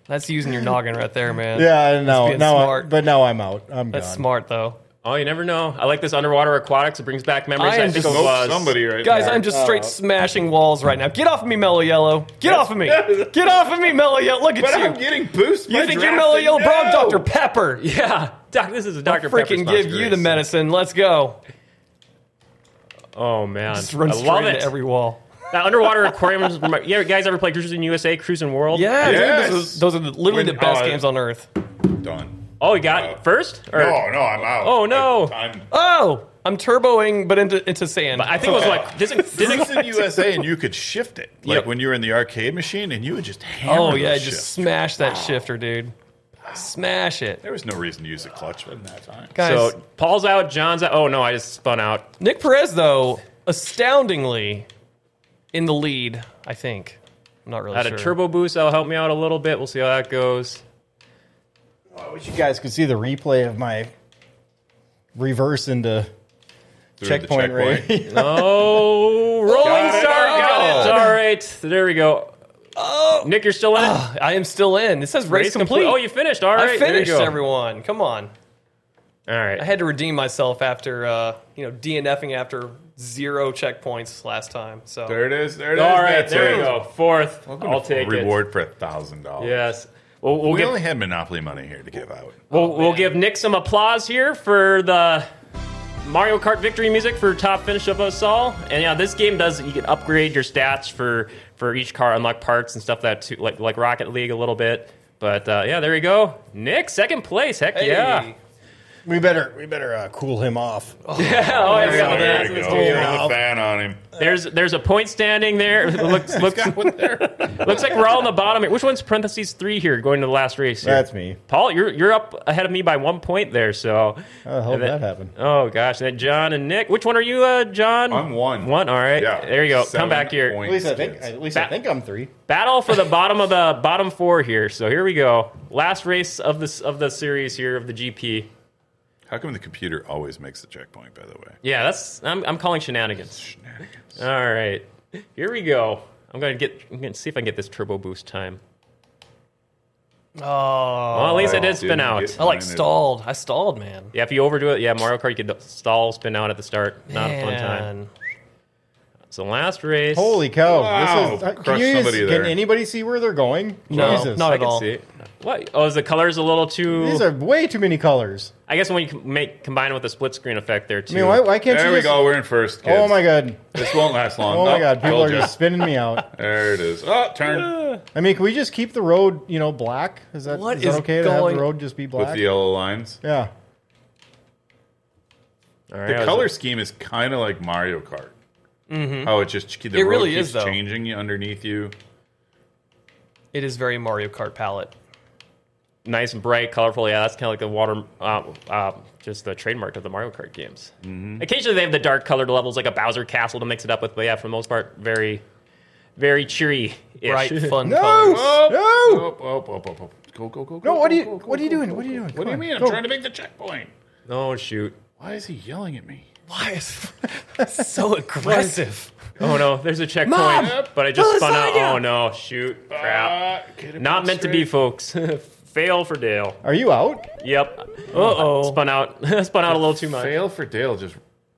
S4: That's using your noggin right there, man.
S3: Yeah, no,
S4: being
S3: now, I,
S4: smart.
S3: but now I'm out. I'm
S4: That's
S3: gone.
S4: smart though.
S1: Oh, you never know. I like this underwater aquatics. It brings back memories.
S4: I
S1: I,
S4: am
S1: think
S4: just-
S1: of
S2: Smoke
S1: uh,
S2: somebody right
S4: Guys,
S2: there.
S4: I'm just straight smashing walls right now. Get off of me, Mellow Yellow. Get off of me. Get off of me, Mellow Yellow. Look at
S2: But
S4: you.
S2: I'm getting boosted.
S4: you think you're Mellow Yellow, bro? I'm Dr. Pepper.
S1: Yeah, doc. This is a Dr. Pepper's
S4: Freaking give
S1: Monster
S4: you the
S1: Race.
S4: medicine. Let's go.
S1: Oh man,
S4: Just run
S1: I
S4: straight
S1: love
S4: into
S1: it.
S4: every wall.
S1: that underwater aquarium. is remi- yeah, guys, ever play Cruising USA, Cruising World?
S4: Yeah, dude,
S2: Yes.
S4: this is- those are the- literally
S2: When-
S4: the best
S2: oh,
S4: games on earth.
S2: Done.
S1: Oh, we got first. Or,
S2: No, no, I'm out.
S1: Oh, no.
S2: I, am
S4: Oh, I'm turboing, but into into sand.
S1: I think it was like did it, did
S2: This
S1: it,
S2: is in USA, and you could shift it. Like
S1: Yep.
S2: when you were in the arcade machine, and you would just hammer.
S4: oh yeah,
S2: those
S4: just
S2: shifts.
S4: smash that shifter, dude. Smash it,
S2: There was no reason to use a clutch in that time.
S4: guys.
S1: so Paul's out, John's out. Oh no, I just spun out.
S4: Nick Perez, though, astoundingly in the lead. I think. I'm not really
S1: Had
S4: sure.
S1: a turbo boost. That'll help me out a little bit. We'll see how that goes.
S3: I wish you guys could see the replay of my reverse into
S2: Through the
S3: checkpoint, checkpoint. Ray.
S1: Oh, rolling
S2: Got it.
S1: star. Got it.
S2: Oh.
S1: All right, there we go. Oh, Nick, you're still in it.
S4: I am still in. It says race,
S1: Race
S4: Ah, complete.
S1: Oh, you finished. All
S4: I
S1: right, there you
S4: finished,
S1: go.
S4: everyone. Come on.
S1: All right.
S4: I had to redeem myself after uh, you know DNFing after zero checkpoints last time. So
S2: There it is. There it is.
S1: All right,
S2: That's
S1: there
S2: it.
S1: you go. Fourth.
S2: Welcome
S1: I'll
S2: to
S1: take
S2: reward for a thousand
S1: it.
S2: dollars.
S1: Yes. We'll, we'll
S2: we
S1: give
S2: only had Monopoly money here to give out.
S1: we'll, we'll give Nick some applause here for the Mario Kart victory music for top finish of us all. And yeah, this game does you can upgrade your stats for for each car, unlock parts and stuff that too, like like Rocket League a little bit. But uh, yeah, there you go. Nick, second place. Heck
S4: Hey.
S1: yeah.
S3: We better we better uh, cool him off.
S1: Yeah, oh, yeah,
S4: Oh,
S1: that's
S2: There
S4: that's
S2: you
S1: what's
S2: go.
S1: going
S2: Throw
S1: on.
S2: the fan on him.
S1: There's there's a point standing there. looks looks, looks like we're all on the bottom. here. Which one's parentheses three here going to the last race? Here?
S3: That's me.
S1: Paul, you're you're up ahead of me by one point there. So
S3: How the hell
S1: And
S3: did
S1: then-
S3: that happen?
S1: Oh gosh, and then John and Nick. Which one are you, uh, John?
S2: I'm one.
S1: One. All right.
S2: Yeah.
S1: There you go.
S2: Seven
S1: Come back here.
S2: points,
S3: At least I think
S2: kids.
S3: at least
S1: I
S3: I think I'm three.
S1: Battle for the bottom of the bottom four here. So here we go. Last race of this of the series here of the GP.
S2: How come the computer always makes the checkpoint? By the way,
S1: Yeah, that's I'm I'm calling shenanigans.
S2: shenanigans.
S1: All right. Here we go. I'm gonna get. I'm gonna see if I can get this turbo boost time.
S4: Oh,
S1: Well, at least
S2: Oh,
S1: I did spin
S2: dude,
S1: out.
S2: get-
S4: I like
S2: Mine is-
S4: stalled. I stalled, man.
S1: Yeah, if you overdo it, yeah, Mario Kart, you could stall, spin out at the start. Not a fun time.
S4: Man.
S1: So last race.
S3: Holy cow!
S2: Wow.
S3: This is, uh, can,
S2: Crushed
S3: you
S2: somebody
S3: can
S2: there.
S3: anybody see where they're going?
S4: No,
S3: Jesus.
S4: not
S1: I
S4: at all.
S1: can see. it. What? Oh, is the colors a little too?
S3: These are way too many colors.
S1: I guess when you com- make combine it with the split screen effect there too.
S3: I mean, why, why can't
S2: There
S3: you?
S2: we
S3: just-
S2: go. We're in first. Kids.
S3: Oh my god!
S2: This won't last long.
S3: Oh my
S2: Nope,
S3: god! People
S2: told
S3: are
S2: ya.
S3: just spinning me out.
S2: There it is. Oh, turn
S3: I mean, can we just keep the road, you know, black? Is that
S4: What
S3: that
S4: is
S3: okay to have
S4: going-
S3: the road just be
S2: with
S3: black?
S2: the uh, yellow lines.
S3: yeah.
S1: All right,
S2: The
S1: I was-
S2: color scheme is kind of like Mario Kart. Mm-hmm. Oh, it just the
S4: It
S2: road
S4: really
S2: keeps
S4: is, though.
S2: changing you underneath you.
S4: It is very Mario Kart palette.
S1: nice and bright, colorful. Yeah, that's kind of like the water, uh, uh, just the trademark of the Mario Kart games. Occasionally they have the dark colored levels, like a Bowser Castle, to mix it up with. But yeah, for the most part, very, very cheery.
S4: Bright, fun
S3: No!
S4: colors.
S2: Oh,
S3: No!
S2: oh, oh, oh, oh, oh. Go, go, go, go.
S3: No, what
S2: go,
S3: are you-
S2: go, go,
S3: what are you
S2: go,
S3: doing?
S2: go,
S3: What are you
S2: go.
S3: doing?
S2: What do
S3: Come
S2: you
S3: on,
S2: mean? I'm
S3: go.
S2: trying to make the checkpoint.
S1: Oh shoot!
S2: Why is he yelling at me?
S4: Why is so aggressive?
S1: Oh no, there's a checkpoint.
S4: Mom!
S1: But I just spun out.
S4: Lasagna!
S1: Oh no! Shoot! Crap.
S2: Uh, get it
S1: Not meant to be,
S2: straight.
S1: folks. Fail for Dale.
S3: Are you out?
S1: Yep.
S4: Uh oh.
S1: Spun out. Spun out a little too much.
S2: Fail for Dale just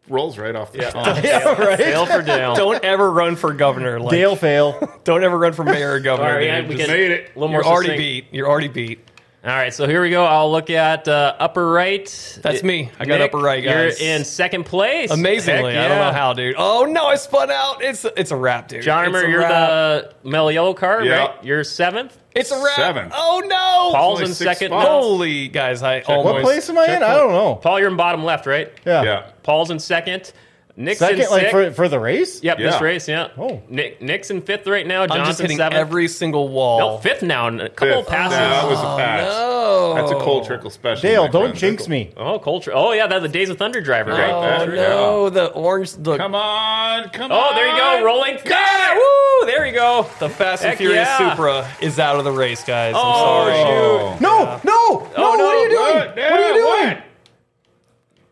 S2: rolls right off the
S1: Yeah.
S2: tongue.
S3: Yeah, right.
S1: Fail for Dale.
S4: Don't ever run for governor. Like,
S3: Dale fail.
S4: Don't ever run for mayor or governor.
S1: All right,
S4: dude.
S1: yeah, we
S4: Just-
S1: get
S2: made it.
S1: A little more
S4: you're already
S1: succinct.
S4: beat. You're already beat.
S1: All right, so here we go. I'll look at uh, upper right.
S4: That's me. I got
S1: Nick,
S4: upper right, guys.
S1: You're in second place.
S4: Amazingly,
S1: Heck
S4: I don't
S1: yeah.
S4: know how, dude. Oh no, I spun out. It's it's a wrap, dude.
S1: John,
S4: it's
S1: remember,
S4: a
S1: you're
S4: wrap.
S1: the mellow yellow car,
S2: Yeah.
S1: right? You're seventh.
S4: It's a wrap.
S2: Seventh.
S4: Oh no.
S1: Paul's
S2: only
S1: in
S2: six
S1: second.
S2: spots.
S1: No.
S4: Holy guys, I almost.
S3: What place am I in? I don't know.
S1: Paul, you're in bottom left, right?
S3: Yeah.
S2: Yeah.
S1: Paul's in second. Nick's in
S3: Second,
S1: sixth.
S3: like for, for the race.
S1: yep, this
S2: Yeah.
S1: race, yeah.
S3: Oh.
S1: Nick, Nick's in fifth right now.
S4: I'm
S1: John's
S4: just
S1: in
S4: hitting
S1: seventh.
S4: every single wall.
S1: no, fifth now. A couple
S2: Fifth.
S1: passes.
S2: Nah, that was a pass.
S4: Oh.
S2: That's a cold trickle special.
S3: Dale,
S2: my
S3: don't
S2: friend.
S3: jinx me.
S1: Oh, culture. Oh, yeah, that's the Days of Thunder driver, right?
S2: Oh,
S4: Oh no,
S2: That's
S4: the orange. The,
S2: Come on, come on.
S1: Oh, there you go, rolling.
S2: Got it!
S1: Woo! There you go.
S4: the Fast and
S1: Heck
S4: Furious
S1: yeah.
S4: Supra is out of the race, guys. I'm
S1: Oh,
S4: sorry. Oh,
S1: shoot.
S2: Oh.
S3: No, no, no,
S1: no,
S3: What are you doing?
S2: What?
S3: What are you
S2: Yeah,
S3: doing?
S2: what?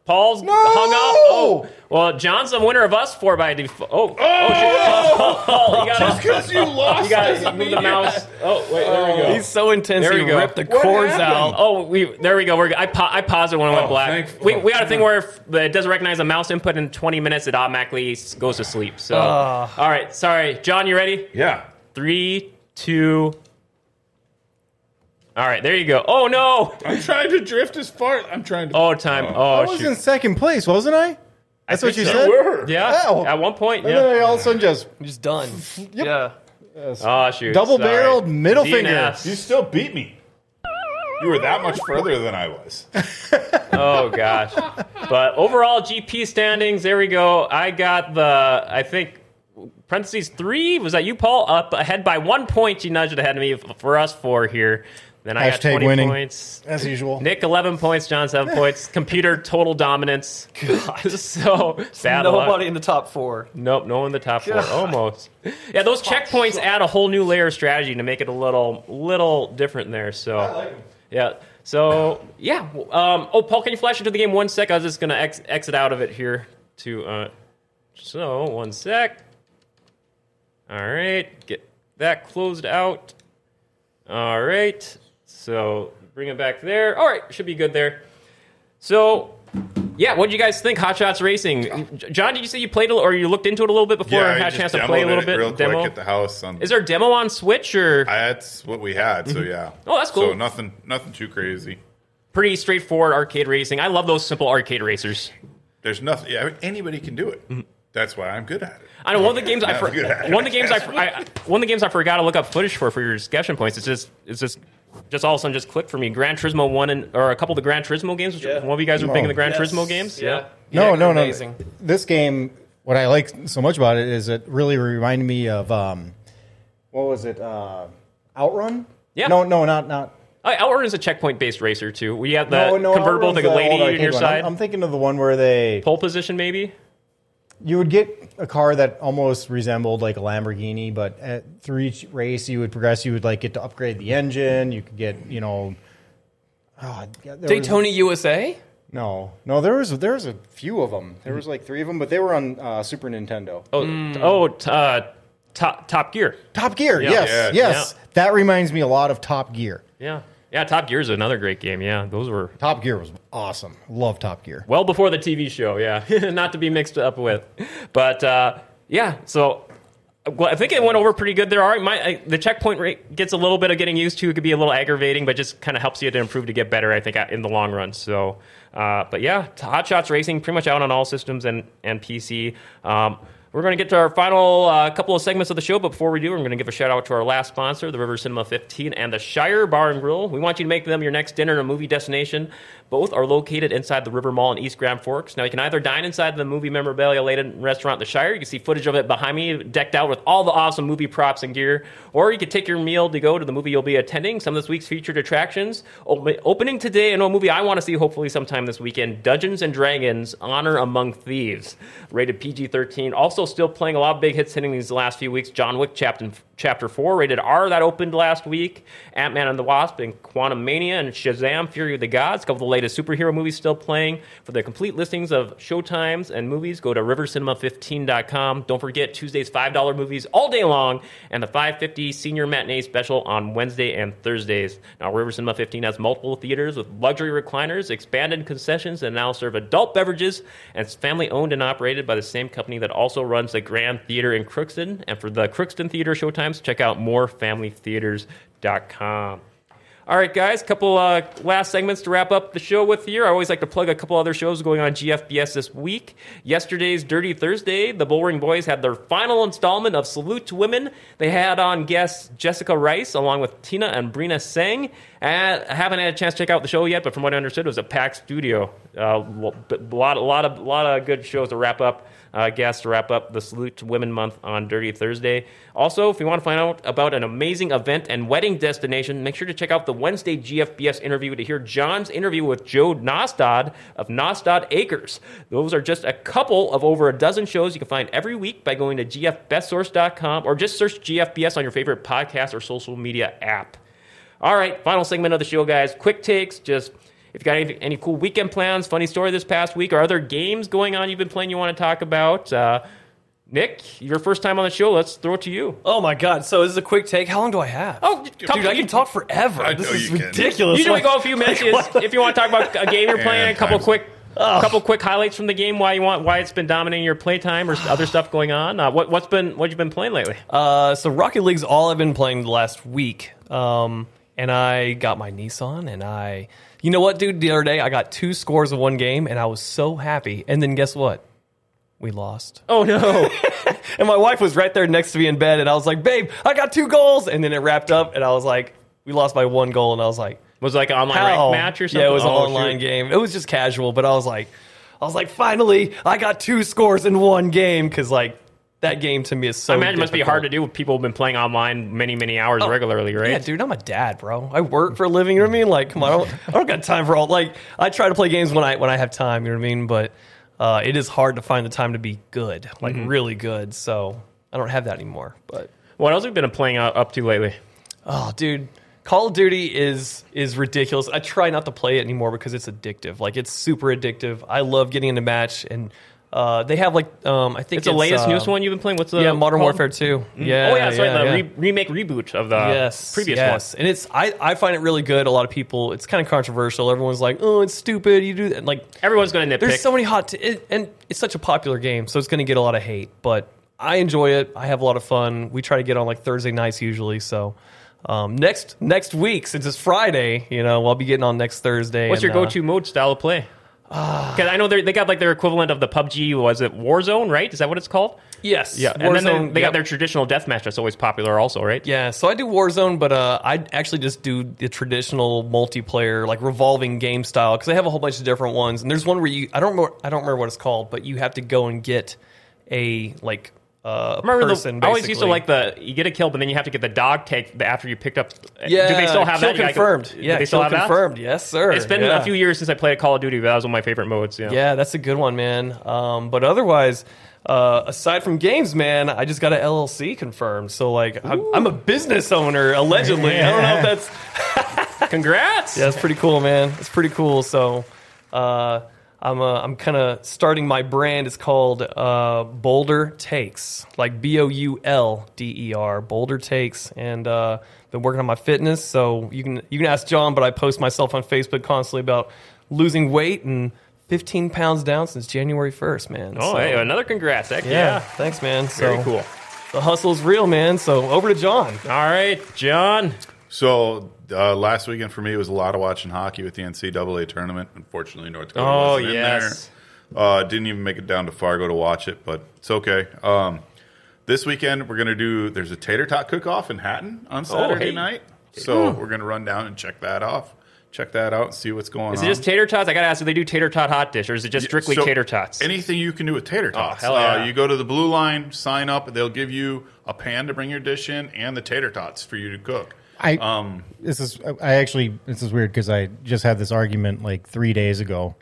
S1: Paul's
S3: No!
S1: hung up. Oh, Well, John's the winner of us four by default. Oh, oh, shit. oh, you got it.
S2: Because you lost.
S1: You got to move the mouse. Oh, wait, there we go.
S4: He's so intense.
S1: There
S4: He
S1: we go.
S4: ripped the
S2: What
S4: cords out.
S2: happened?
S1: Oh, we there we go. We're, I pa- I paused it when it went
S2: Oh,
S1: black.
S2: thank-
S1: We,
S2: oh,
S1: we got a thing where if it doesn't recognize a mouse input in 20 minutes, it automatically s- goes to sleep. So,
S3: Ah.
S1: all right, sorry, John, you ready?
S2: Yeah.
S1: Three, two. All right, there you go. Oh no!
S2: I'm trying to drift as far. I'm trying to.
S1: Oh time.
S3: I
S1: Oh,
S3: was in
S1: shoot.
S3: second place, wasn't I? That's what you
S1: think so.
S3: said.
S2: Word.
S1: Yeah.
S3: Ow.
S1: At one point,
S3: And then I
S1: yeah.
S3: all of a sudden just
S4: He's just done. Yeah.
S1: Oh shoot.
S3: Double-barreled
S1: Sorry.
S3: middle
S1: DNF.
S3: finger.
S2: You still beat me. You were that much further than I was.
S1: Oh gosh. But overall GP standings, there we go. I got the I think parentheses three. Was that you, Paul? Up ahead by one point. You nudged ahead of me for us four here. Then I got
S3: Hashtag
S1: twenty
S3: winning.
S1: points.
S3: as usual.
S1: Nick eleven points, John seven points. Computer total dominance. God. so bad luck.
S4: Nobody in the top four.
S1: Nope, no one in the top four.
S4: God.
S1: Almost. Yeah, those checkpoints add a whole new layer of strategy to make it a little little different there. So yeah. So yeah. w- Um, oh, Paul, can you flash into the game one sec? I was just gonna ex- exit out of it here. To uh, so one sec. All right, get that closed out. All right. So bring it back there. All right, should be good there. So. Yeah, what do you guys think? Hot Shots Racing. J- John, did you say you played a, little- or you looked into it a little bit before and had a chance to play a little bit?
S2: real
S1: demo.
S2: quick at the house. On,
S1: Is there a demo on Switch or
S2: that's what we had. So yeah.
S1: Oh, that's cool.
S2: So nothing, nothing too crazy.
S1: pretty straightforward arcade racing? I love those simple arcade racers.
S2: There's nothing. Yeah, I mean, anybody can do
S1: Mm-hmm.
S2: it. That's why I'm good at it.
S1: I know one of the games I for,
S2: Not good at it.
S1: one of the games I, for- I one of the games I forgot to look up footage for for your discussion points. It's just it's just just all of a sudden just clicked for me. Gran Turismo one and or a couple of the Gran Turismo games. Which
S4: Yeah.
S1: One of you guys were big in the Gran
S4: Yes.
S1: Turismo games.
S4: Yeah.
S3: No,
S4: Yeah,
S3: no, no.
S4: Amazing.
S3: This game, what I like so much about it is it really reminded me of um, what was it? Uh, Outrun.
S1: Yeah.
S3: No, no, not not.
S1: Uh, Outrun is a checkpoint based racer too. We have the
S3: no, uh, no,
S1: convertible,
S3: Outrun's
S1: the lady
S3: old
S1: on
S3: arcade
S1: your
S3: one.
S1: side,
S3: I'm, I'm thinking of the one where they
S1: pole position maybe.
S3: you would get a car that almost resembled like a Lamborghini, but at, through each race you would progress. You would like get to upgrade the engine. You could get you know. Oh, yeah, there was-
S4: Daytona USA.
S3: no, no. There was there was a few of them. There was like three of them, but they were on uh, Super Nintendo.
S1: Oh,
S4: Hmm.
S1: oh, t- uh, top, top Gear.
S3: Top Gear.
S1: Yeah.
S3: Yes,
S2: Yeah.
S3: yes. That reminds me a lot of Top Gear.
S1: Yeah, yeah. Top Gear is another great game. Yeah, those were
S3: Top Gear was awesome. Love Top Gear.
S1: well before the TV show. Yeah, not to be mixed up with, but uh, yeah. So well, I think it went over pretty good there. All right, my I, the checkpoint rate gets a little bit of getting used to. It could be a little aggravating, but just kind of helps you to improve to get better. I think uh, in the long run. So, uh, but yeah, t- Hot Shots Racing pretty much out on all systems and and PC. Um, we're going to get to our final uh, couple of segments of the show, but before we do, we're going to give a shout out to our last sponsor, the River Cinema 15 and the Shire Bar and Grill. We want you to make them your next dinner and movie destination. Both are located inside the River Mall in East Grand Forks. Now, you can either dine inside the movie memorabilia laden restaurant, the Shire. You can see footage of it behind me, decked out with all the awesome movie props and gear. Or you could take your meal to go to the movie you'll be attending, some of this week's featured attractions. Op- opening today, and a movie I want to see hopefully sometime this weekend Dungeons and Dragons Honor Among Thieves, rated PG 13. Also, still playing a lot of big hits hitting these last few weeks. John Wick Chapter, chapter 4, rated R, that opened last week. Ant Man and the Wasp and Quantum Mania and Shazam Fury of the Gods. A couple of the latest superhero movies still playing. For the complete listings of showtimes and movies, go to rivercinema15.com. Don't forget Tuesday's $5 movies all day long and the 550 senior matinee special on Wednesday and Thursdays. Now, River Cinema 15 has multiple theaters with luxury recliners, expanded concessions, and now serve adult beverages. And it's family owned and operated by the same company that also runs the Grand Theater in Crookston. And for the Crookston Theater showtimes, check out morefamilytheaters.com. All right, guys, couple uh, last segments to wrap up the show with here. I always like to plug a couple other shows going on GFBS this week. Yesterday's Dirty Thursday, the Bullring Boys had their final installment of Salute to Women. They had on guests Jessica Rice along with Tina and Brina Singh. And I haven't had a chance to check out the show yet, but from what I understood, it was a packed studio. Uh, lo- but a lot, a lot of, lot of good shows to wrap up uh, guest to wrap up the Salute to Women Month on Dirty Thursday. Also, if you want to find out about an amazing event and wedding destination, make sure to check out the Wednesday GFBS interview to hear John's interview with Joe Nostad of Nostad Acres. Those are just a couple of over a dozen shows you can find every week by going to gfbestsource.com or just search GFBS on your favorite podcast or social media app. All right, final segment of the show, guys. Quick takes, just If you got any, any cool weekend plans, funny story this past week, or other games going on you've been playing you want to talk about, uh, Nick, your first time on the show, let's throw it to you.
S4: Oh my god! So this is a quick take. How long do I have?
S1: Oh, couple-
S4: dude, I
S1: you-
S4: can talk forever.
S2: I
S4: this
S2: know
S4: is
S2: you can.
S4: ridiculous. Uh,
S1: Usually
S4: Like-
S1: go a few minutes is- if you want to talk about a game you're playing, a
S2: And
S1: couple
S2: time's
S1: quick,
S4: Oh.
S1: couple quick highlights from the game, why you want, why it's been dominating your playtime, or s- other stuff going on. Uh, what what's been what you've been playing lately?
S4: Uh, so Rocket League's all I've been playing the last week. Um, and I got my Nissan, and I, you know what, dude? The other day I got two scores of one game, and I was so happy. And then guess what? We lost.
S1: oh no!
S4: And my wife was right there next to me in bed, and I was like, "Babe, I got two goals." And then it wrapped up, and I was like, "We lost by one goal," and I was like,
S1: Was it like an online ranked
S4: "How?"
S1: match or something?
S4: Yeah, it was an
S1: Oh, shoot.
S4: online game. It was just casual, but I was like, I was like, finally, I got two scores in one game because like that game to me is so.
S1: I imagine it must be
S4: difficult. Oh.
S1: hard to do with people who've been playing online many, many hours regularly, right?
S4: Yeah, dude, I'm a dad, bro. I work for a living. You know what I mean? Like, come on, I don't, I don't got time for all. Like, I try to play games when I when I have time. You know what I mean? But uh, it is hard to find the time to be good, like
S1: Mm-hmm.
S4: really good. So I don't have that anymore. But
S1: What else have you been playing uh, up to lately?
S4: oh, dude, Call of Duty is is ridiculous. I try not to play it anymore because it's addictive. Like, it's super addictive. I love getting in a match, and uh, they have like um, I think
S1: It's the latest,
S4: uh,
S1: newest one you've been playing. What's the
S4: Yeah, Modern
S1: called?
S4: Warfare Two. Yeah.
S1: oh yeah, sorry, the
S4: yeah.
S1: Re- remake reboot of the
S4: yes,
S1: previous
S4: yes. and it's I, I find it really good. A lot of people, it's kind of controversial. Everyone's like, "Oh, it's stupid." You do that. like
S1: one. Everyone's going to nitpick.
S4: there's so many hot t- it, and it's such a popular game, so it's going to get a lot of hate. But I enjoy it. I have a lot of fun. We try to get on like Thursday nights usually. So um, next next week, since it's Friday, you know, I'll be getting on next Thursday.
S1: What's
S4: and,
S1: your
S4: uh,
S1: go-to mode style of play?
S4: Ah.
S1: Because I know they they got like their equivalent of the PUBG. Was it Warzone? Right? Is that what it's called?
S4: yes,
S1: Yeah. and then they,
S4: Warzone,
S1: they
S4: yep.
S1: got their traditional deathmatch that's always popular, also, right?
S4: Yeah, so I do Warzone, but uh, I actually just do the traditional multiplayer, like revolving game style, because they have a whole bunch of different ones. And there's one where you, I don't remember, I don't remember what it's called, but you have to go and get a like uh,
S1: Remember the,
S4: person.
S1: I always used to
S4: basically.
S1: like the you get a kill, but then you have to get the dog tag after you picked up.
S4: Yeah,
S1: do they still have
S4: kill
S1: that? You gotta-
S4: Confirmed.
S1: do
S4: yeah,
S1: they still
S4: kill
S1: have that?
S4: confirmed. Yes, sir.
S1: It's been
S4: Yeah.
S1: a few years since I played Call of Duty, but that was one of my favorite modes. Yeah.
S4: Yeah, that's a good one, man. Um, but otherwise, uh, aside from games, man, I just got an LLC confirmed. So like, I'm, I'm a business owner allegedly. I don't know if that's
S1: Congrats.
S4: Yeah, it's pretty cool, man. It's pretty cool. So, uh, I'm uh, I'm kind of starting my brand. It's called uh, Boulder Takes, like B O U L D E R, Boulder Takes, and uh, been working on my fitness. So you can you can ask John, but I post myself on Facebook constantly about losing weight and 15 pounds down since January 1st, man.
S1: Oh,
S4: So,
S1: hey, another congrats. Heck
S4: yeah,
S1: yeah.
S4: thanks, man. So,
S1: Very cool.
S4: The hustle's real, man. So over to John.
S1: All right, John.
S2: So uh, last weekend for me was a lot of watching hockey with the NCAA tournament. Unfortunately, North Dakota
S1: Oh,
S2: wasn't
S1: yes.
S2: in there. Uh, didn't even make it down to Fargo to watch it, but it's okay. Um, this weekend we're gonna do. There's a tater tot cook off in Hatton on Saturday
S1: Oh, hey. Hmm.
S2: night, so we're gonna run down and check that off, check that out, and see what's going
S1: Is
S2: on.
S1: it just tater tots? I gotta ask, do they do tater tot hot dish, or is it just strictly
S2: So,
S1: tater tots?
S2: Anything you can do with
S3: Oh,
S2: tater tots.
S1: hell yeah.
S2: uh, you go to the blue line, sign up. They'll give you a pan to bring your dish in and the tater tots for you to cook.
S3: I this is I actually this is weird because I just had this argument like three days ago.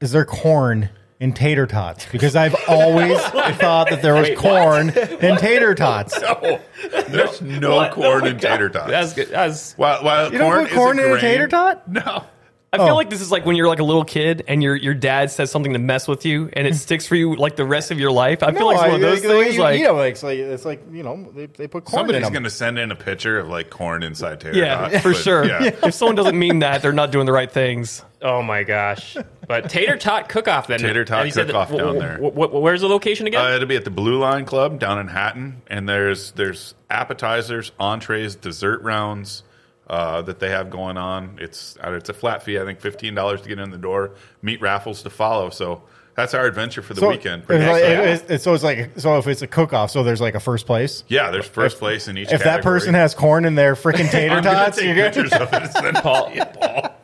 S3: Is there corn in tater tots? Because I've always thought that there was corn in tater tots.
S2: No, there's no
S3: Oh
S2: corn in tater tots.
S1: that's good. That's
S2: While, while
S3: You
S2: corn
S3: don't put
S2: isn't
S3: corn in a
S2: grain-
S3: tater tot?
S2: No.
S4: I feel like this is like when you're like a little kid and your your dad says something to mess with you and it sticks for you like the rest of your life. I feel like it's one of those things.
S3: you,
S4: Like,
S3: know, like, it's like it's like you know they, they put corn
S2: Somebody's
S3: in them.
S2: going to send in a picture of like corn inside tater tots.
S4: yeah, for
S2: but
S4: sure.
S2: Yeah.
S4: If someone doesn't mean that, they're not doing the right things.
S1: oh my gosh. But tater tot cook off then.
S2: Tater tot
S1: And you said that-
S2: cook-off
S1: wh-
S2: down
S1: wh-
S2: there.
S1: wh- wh- where's the location again?
S2: Uh, it'll be at the Blue Line Club down in Hatton, and there's there's appetizers, entrees, dessert rounds uh, that they have going on. It's uh, it's a flat fee, I think, fifteen dollars to get in the door. Meat raffles to follow. So that's our adventure for the weekend.
S3: It's like,
S2: Next
S3: it-
S2: week.
S3: it's- so it's like so if it's a cook off, so there's like a first place.
S2: yeah, there's first place in each.
S3: If that person has corn in their freaking tater tots,
S2: you
S3: you're good.
S2: pictures of it. and send it to you, Paul.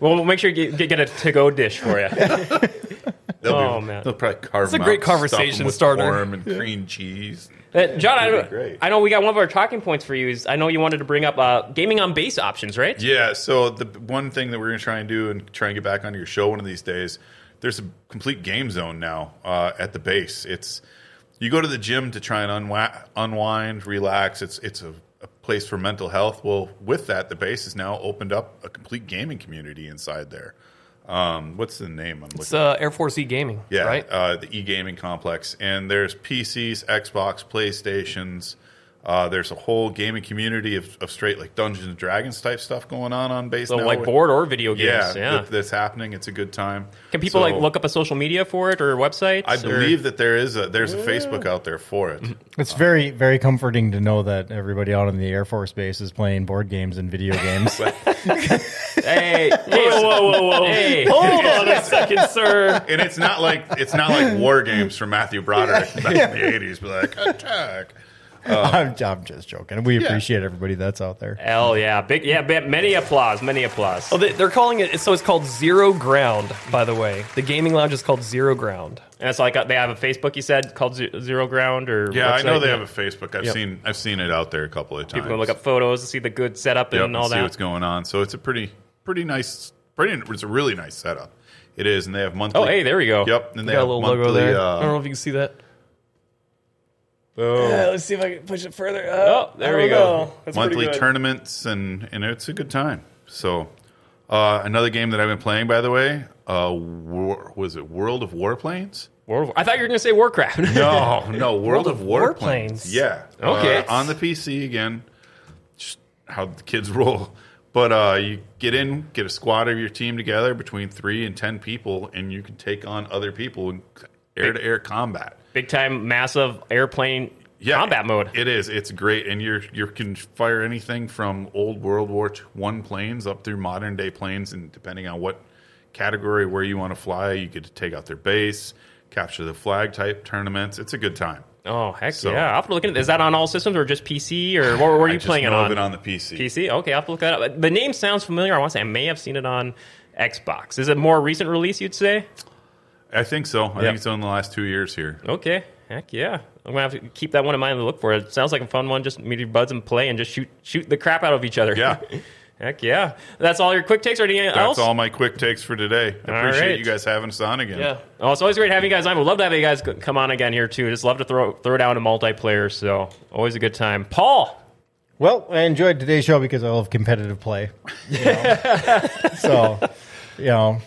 S1: well, we'll make sure you get, get a to-go dish for Uh, you.
S2: They'll
S1: Oh,
S2: do,
S1: man.
S2: they'll probably carve.
S4: a
S2: them
S4: great
S2: out, stuff
S4: conversation
S2: them with
S4: starter.
S2: Warm and cream cheese.
S1: Uh, John, I,
S2: be great.
S1: I know we got one of our talking points for you. Is I know you wanted to bring up uh, gaming on base options, right?
S2: Yeah. So the one thing that we're going to try and do and try and get back onto your show one of these days, there's a complete game zone now uh, at the base. It's you go to the gym to try and unwa- unwind, relax. It's it's a, a place for mental health. Well, with that, the base has now opened up a complete gaming community inside there. Um, what's the name? I'm looking.
S4: It's uh, Air Force E Gaming,
S2: yeah,
S4: right?
S2: uh, the e gaming complex, and there's PCs, Xbox, PlayStations. Uh, there's a whole gaming community of, of straight like Dungeons and Dragons type stuff going on on base.
S1: So
S2: now
S1: like
S2: with-
S1: board or video games.
S2: yeah,
S1: Yeah.
S2: that- that's happening. It's a good time.
S1: Can people
S2: So,
S1: like look up a social media for it or websites?
S2: I
S1: or- Mm-hmm.
S2: believe that there is a there's a Facebook out there for it.
S3: It's very, very comforting to know that everybody out in the Air Force Base is playing board games and video games.
S1: Hey, hey, whoa, whoa, whoa, whoa. Hey.
S4: Hold on a second, sir.
S2: and it's not like it's not like war games from Matthew Broderick back in the eighties, but like attack.
S3: I'm, I'm just joking. We appreciate everybody that's out there.
S1: Hell yeah. Big yeah, ba- many applause, many applause.
S4: Oh, they, they're calling it. So it's called Zero Ground, by the way. The gaming lounge is called Zero Ground.
S1: And it's like uh, they have a Facebook you said called Ze- Zero Ground or
S2: Yeah, I know
S1: website.
S2: they have a Facebook. I've seen I've seen it out there a couple of times.
S1: People can look up photos and see the good setup
S2: Yep,
S1: and all
S2: see what's
S1: that.
S2: going on. So it's a pretty pretty nice pretty it's a really nice setup. It is, and they have monthly.
S1: Oh, hey, there we go.
S2: Yep, and they
S4: Got a
S2: have
S4: little logo
S2: monthly.
S4: there. I don't know
S2: Uh, Oh.
S4: if you can see that.
S1: Boom.
S4: Uh, let's see if I can push it further.
S1: Oh, there we go.
S2: monthly tournaments, and and it's a good time. So uh, another game that I've been playing, by the way, uh, War, was it World of Warplanes?
S1: World of- I thought you were going to say Warcraft.
S2: No, no, World, of
S4: of
S2: Warplanes.
S4: Warplanes.
S2: Yeah.
S1: Okay.
S2: Uh, on the PC again, just how the kids roll. But uh, you get in, get a squad of your team together between three and ten people, and you can take on other people in air to air combat.
S1: Big time, massive airplane
S2: Yeah,
S1: combat mode.
S2: It is. It's great, and you're you can fire anything from old World War One planes up through modern day planes, and depending on what category where you want to fly, you get to take out their base, capture the flag type tournaments. It's a good time.
S1: oh, heck
S2: So-
S1: yeah. I'll have to look into Is that on all systems or just PC or what were
S2: I
S1: you
S2: just
S1: playing it
S2: know
S1: on?
S2: of on the PC.
S1: PC? Okay, I'll have to look that up. The name sounds familiar. I want to say I may have seen it on Xbox. Is it more recent release, you'd say?
S2: I think so. I
S1: Yeah.
S2: think it's in the last two years here.
S1: Okay, heck yeah. I'm going to have to keep that one in mind and look for it. Sounds like a fun one. Just meet your buds and play and just shoot shoot the crap out of each other.
S2: Yeah.
S1: heck yeah. That's all your quick takes or anything
S2: That's
S1: else?
S2: all my quick takes for today. I
S1: All
S2: appreciate
S1: right.
S2: you guys having us on again.
S4: Yeah.
S1: Oh, it's always great having you guys on. We'd love to have you guys c- come on again here too. Just love to throw throw down a multiplayer. So always a good time. Paul,
S3: Well, I enjoyed today's show because I love competitive play. you know. so, you know,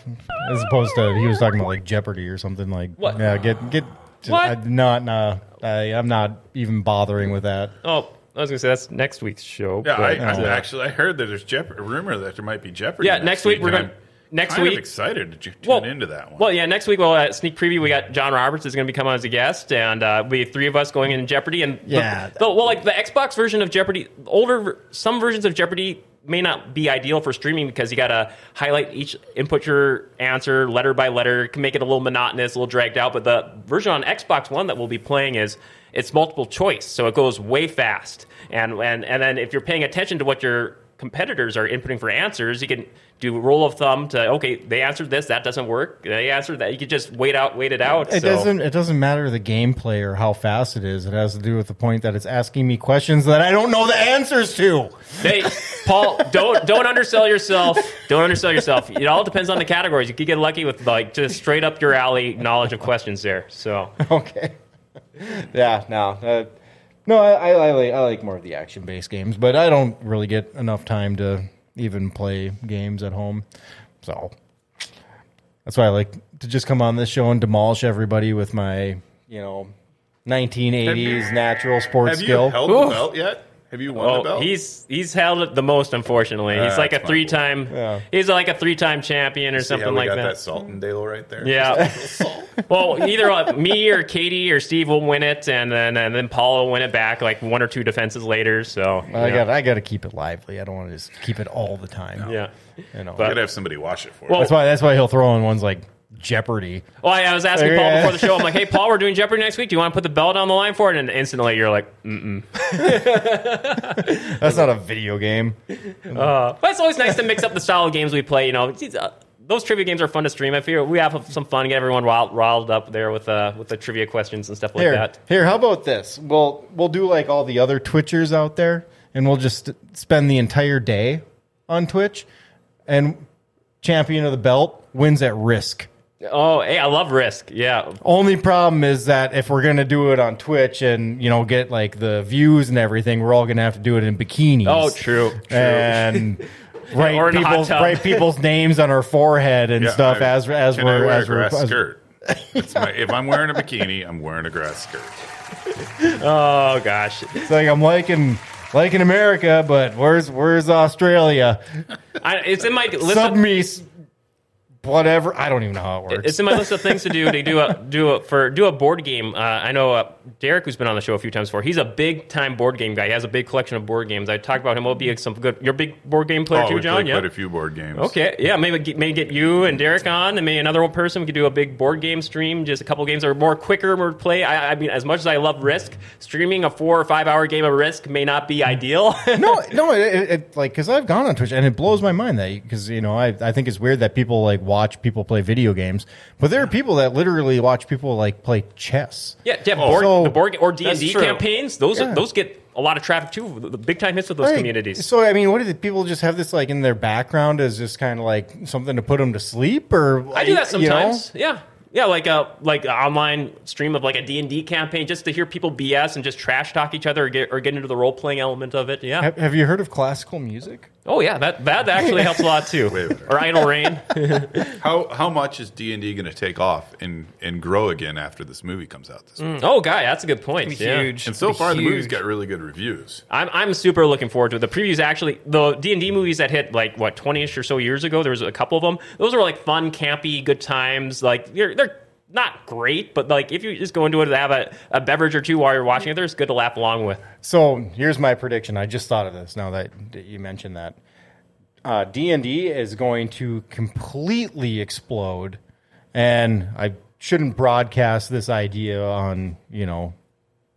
S3: as opposed to he was talking about like Jeopardy or something like
S1: What?
S3: Yeah, get get.
S1: What?
S3: I'm not. Nah, I, I'm not even bothering with that.
S1: oh, I was gonna say that's next week's show.
S2: Yeah, I,
S1: but- uh,
S2: I actually I heard that there's Jeopardy, a rumor that there might be Jeopardy.
S1: yeah. Next week we're
S2: and
S1: gonna
S2: I'm
S1: next
S2: kind
S1: week.
S2: of excited to ju- tune
S1: Well-
S2: into that one.
S1: Well, yeah, next week we'll uh, sneak preview. We got John Roberts is going to be coming on as a guest, and uh, we have three of us going in Jeopardy. And the-
S3: Yeah.
S1: the, well, like the Xbox version of Jeopardy, older ver- some versions of Jeopardy may not be ideal for streaming because you got to highlight each input your answer letter by letter, It can make it a little monotonous, a little dragged out. But the version on Xbox One that we'll be playing is it's multiple choice, so it goes way fast. And and and then if you're paying attention to what your competitors are inputting for answers, you can do a roll of thumb to okay, they answered this, that doesn't work. They answered that. You could just wait out, wait it out.
S3: It
S1: so.
S3: doesn't. It doesn't matter the gameplay or how fast it is. It has to do with the point that it's asking me questions that I don't know the answers to.
S1: Hey, Paul, don't don't undersell yourself. Don't undersell yourself. It all depends on the categories. You could get lucky with like just straight up your alley knowledge of questions there. So
S3: Okay. yeah. No. Uh, no. I, I, I like I like more of the action based games, but I don't really get enough time to even play games at home. So that's why I like to just come on this show and demolish everybody with my you know 1980s natural sports
S2: have you
S3: skill.
S2: held the
S1: Oof.
S2: belt yet? Have you won the
S1: oh,
S2: belt?
S1: he's he's held it the most, unfortunately.
S2: Ah,
S1: he's like a
S2: that's my
S1: three time
S3: Yeah.
S1: he's like a three time champion or
S2: See how
S1: something
S2: we
S1: like
S2: got
S1: that.
S2: that Saltendale right there.
S1: Yeah.
S2: Just a little salt.
S1: Well, either uh, me or Katie or Steve will win it, and then and then Paul will win it back like one or two defenses later. So
S3: I
S1: yeah.
S3: got I got to keep it lively. I don't want to just keep it all the time.
S1: yeah.
S3: You know.
S2: Gotta have somebody watch it for
S1: Well,
S2: us.
S3: That's why. That's why he'll throw in ones like Jeopardy.
S1: Well, Oh, I I was asking
S3: Okay.
S1: Paul before the show. I'm like, "Hey, Paul, we're doing Jeopardy next week. Do you want to put the belt on the line for it?" And instantly, you're like, mm.
S3: That's not a video game.
S1: "But it's always nice to mix up the style of games we play." You know, It's- uh, those trivia games are fun to stream. I figure we have some fun, get everyone riled, riled up there with uh, with the trivia questions and stuff like
S3: Here,
S1: that.
S3: here. How about this? We'll we'll do like all the other Twitchers out there, and we'll just spend the entire day on Twitch, and champion of the belt wins at risk.
S1: Oh, hey, I love Risk. Yeah,
S3: Only problem is that if we're gonna do it on Twitch and you know get like the views and everything, we're all gonna have to do it in bikinis.
S1: Oh, true, true.
S3: And
S1: Or
S3: write
S1: in a hot
S3: people's
S1: tub.
S3: write people's names on our forehead and
S2: Yeah,
S3: stuff
S2: I-
S3: as as
S2: can
S3: we're
S2: I wear
S3: as
S2: a
S3: we're
S2: grass skirt. That's my, if I'm wearing a bikini, I'm wearing a grass skirt.
S1: Oh gosh,
S3: It's like I'm liking liking America, but where's where's Australia?
S1: I, it's in my list.
S3: Sub
S1: Of,
S3: me, s- whatever. I don't even know how it works.
S1: it's in my list of things to do. To do a do a, for do a board game. Uh, I know uh, Derek, who's been on the show a few times before. He's a big time board game guy. He has a big collection of board games. I talked about him. We'll be some good. You're a big board game player
S2: Oh,
S1: too,
S2: we
S1: John.
S2: played
S1: Yeah.
S2: quite a few board games.
S1: Okay, yeah, maybe get- maybe get you and Derek on, and maybe another person. We could do a big board game stream, just a couple games that are more quicker, more play. I, I mean, as much as I love Risk, streaming a four or five hour game of Risk may not be ideal.
S3: no, no, it, it, it like because I've gone on Twitch and it blows my mind that because you know I I think it's weird that people like watch people play video games, but there are people that literally watch people like play chess.
S1: yeah, yeah, board,
S3: so-
S1: the board or D and
S4: That's
S1: D
S4: true.
S1: campaigns. Those
S3: Yeah.
S1: are, those get a lot of traffic too. The- The big time hits with those
S3: Right.
S1: communities.
S3: So I mean, what do the people just have this like in their background as just kind of like something to put them to sleep? Or
S1: I do that
S3: you know?
S1: sometimes. Yeah. Yeah, like a like a online stream of like a D and D campaign, just to hear people BS and just trash talk each other, or get or get into the role playing element of it. Yeah.
S3: Have, have you heard of classical music?
S1: Oh yeah, that that actually helps a lot too.
S2: Wait, wait, wait.
S1: Or Idle Rain.
S2: How how much is D and D going to take off and and grow again after this movie comes out? This week?
S1: Oh, guy, that's a good point. yeah.
S4: Huge.
S2: And so far, the movie's
S4: Huge.
S2: got really good reviews.
S1: I'm, I'm super looking forward to it. The previews actually, the D and D movies that hit like what 20ish or so years ago. There was a couple of them. Those were like fun, campy, good times. Like they're they're not great, but like if you just go into it to have a, a beverage or two while you're watching it, there's good to laugh along with.
S3: So here's my prediction. I just thought of this now that that you mentioned that. Uh, D and D is going to completely explode, and I shouldn't broadcast this idea on you know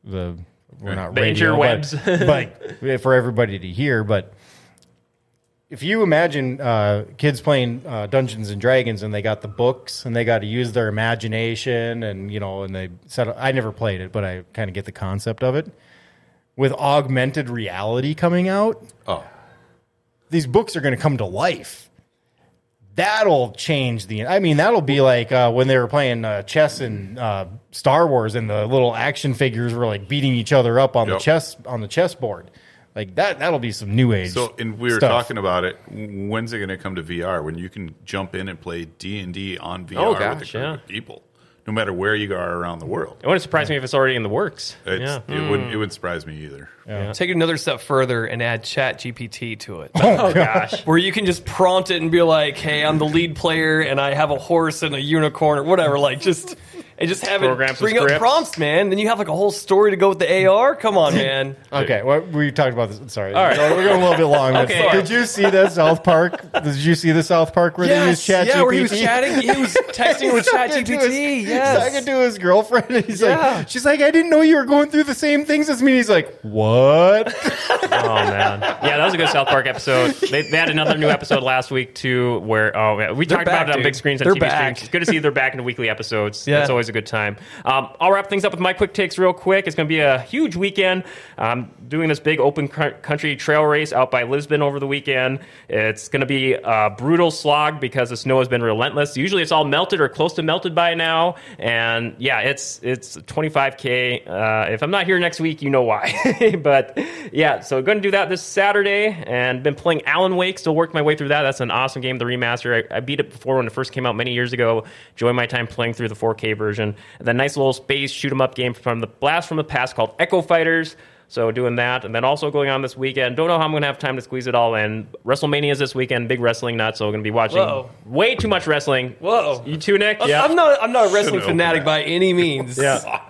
S3: the we're not
S1: The
S3: radio, but-
S1: interwebs.
S3: but for everybody to hear. But if you imagine uh, kids playing uh, Dungeons and Dragons and they got the books and they got to use their imagination and you know and they set up, I never played it, but I kind of get the concept of it. With augmented reality coming out,
S2: Oh,
S3: these books are going to come to life. That'll change the. I mean, that'll be like uh, when they were playing uh, chess in uh, Star Wars, and the little action figures were like beating each other up on the
S2: Yep.
S3: chess on the chessboard. Like that. That'll be some new age.
S2: so and we were
S3: stuff.
S2: talking about it. When's it going to come to VR? When you can jump in and play D and D on VR
S1: Oh,
S2: with
S1: gosh,
S2: a group
S1: yeah.
S2: of people, no matter where you are around the world.
S1: It wouldn't surprise me if it's already in the works.
S2: It's,
S1: yeah. Mm.
S2: It wouldn't it wouldn't surprise me either.
S4: Take it another step further and add Chat GPT to it.
S1: Oh gosh.
S4: where you can just prompt it and be like, "Hey, I'm the lead player, and I have a horse and a unicorn or whatever." Like, just and just have
S1: Program
S4: it
S1: some
S4: bring up
S1: scripts.
S4: prompts, man. Then you have like a whole story to go with the AR. Come on, man.
S3: okay, well, we talked about this. Sorry,
S1: right.
S3: So we're going a little bit long. but
S1: Okay.
S3: Did you see the South Park? Did you see the South Park where they used chat?
S4: yeah, where he was
S3: GPT?
S4: chatting, he was texting with
S3: He's
S4: Chat
S3: talking to his-
S4: GPT.
S3: He's talking
S4: Yes.
S3: to his girlfriend, and he's
S4: Yeah.
S3: like, she's like, I didn't know you were going through the same things as me. He's like, what?
S1: Oh man, yeah, that was a good South Park episode. They, they had another new episode last week too, where oh man, we talked
S4: back,
S1: about it on
S4: dude.
S1: big screens and
S4: They're
S1: TV
S4: back.
S1: streams. It's good to see they're back in weekly episodes.
S4: Yeah.
S1: That's always a good time. Um, I'll wrap things up with my quick takes real quick. It's going to be a huge weekend. I'm doing this big open cou- country trail race out by Lisbon over the weekend. It's going to be a brutal slog because the snow has been relentless. Usually it's all melted or close to melted by now, and yeah, it's it's 25k. Uh, if I'm not here next week, you know why. but yeah, so going to do that this Saturday, and been playing Alan Wake. Still working my way through that. That's an awesome game, the remaster. I, I beat it before when it first came out many years ago. Enjoy my time playing through the 4K version. And the nice little space shoot 'em up game from the blast from the past called Echo Fighters. So doing that, and then also going on this weekend. Don't know how I'm going to have time to squeeze it all in. WrestleMania is this weekend. Big wrestling nut. So going to be watching
S4: Whoa.
S1: way too much wrestling.
S4: Whoa.
S1: You too, Nick?
S4: I'm not. I'm not a wrestling
S2: Shouldn't open
S4: fanatic
S2: that.
S4: by any means.
S1: Yeah.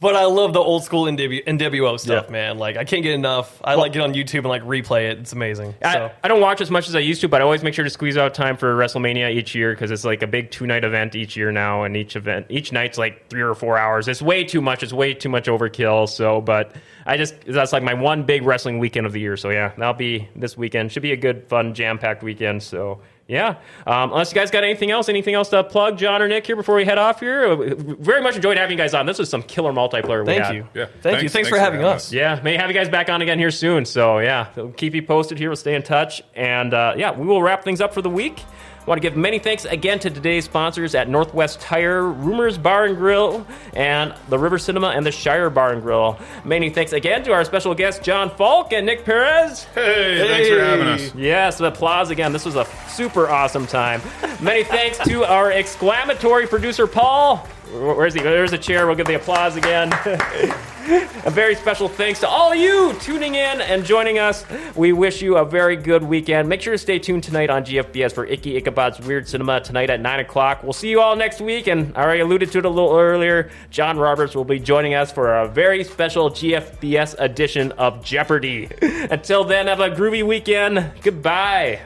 S4: But I love the old school NW, NWO stuff,
S1: Yeah.
S4: man. Like I can't get enough. I like get on YouTube and like replay it. It's amazing.
S1: I,
S4: so.
S1: I don't watch as much as I used to, but I always make sure to squeeze out time for WrestleMania each year because it's like a big two night event each year now, and each event each night's like three or four hours. It's way too much. It's way too much overkill. So, but I just that's like my one big wrestling weekend of the year. So yeah, that'll be this weekend. Should be a good, fun, jam packed weekend. So. Yeah. Um, unless you guys got anything else, anything else to plug, John or Nick, here before we head off here. Uh, Very much enjoyed having you guys on. This was some killer multiplayer. we
S4: Thank
S1: had.
S4: you.
S2: Yeah.
S4: Thank you. Thanks, for having us.
S1: Yeah, may have you guys back on again here soon. So yeah, we'll keep you posted here. We'll stay in touch, and uh, yeah, we will wrap things up for the week. want to give many thanks again to today's sponsors at Northwest Tire, Rumors Bar and Grill, and the River Cinema and the Shire Bar and Grill. Many thanks again to our special guests, John Falk and Nick Perez.
S2: Hey, thanks for having us.
S1: Yes, applause again. This was a super awesome time. Many thanks to our exclamatory producer, Paul. Where- Where's he? There's a chair. We'll give the applause again. a very special thanks to all you tuning in and joining us. We wish you a very good weekend. Make sure to stay tuned tonight on GFBS for Icky Ichabod's Weird Cinema tonight at 9 o'clock. We'll see you all next week. And I already alluded to it a little earlier. John Roberts will be joining us for a very special GFBS edition of Jeopardy. Until then, have a groovy weekend. Goodbye.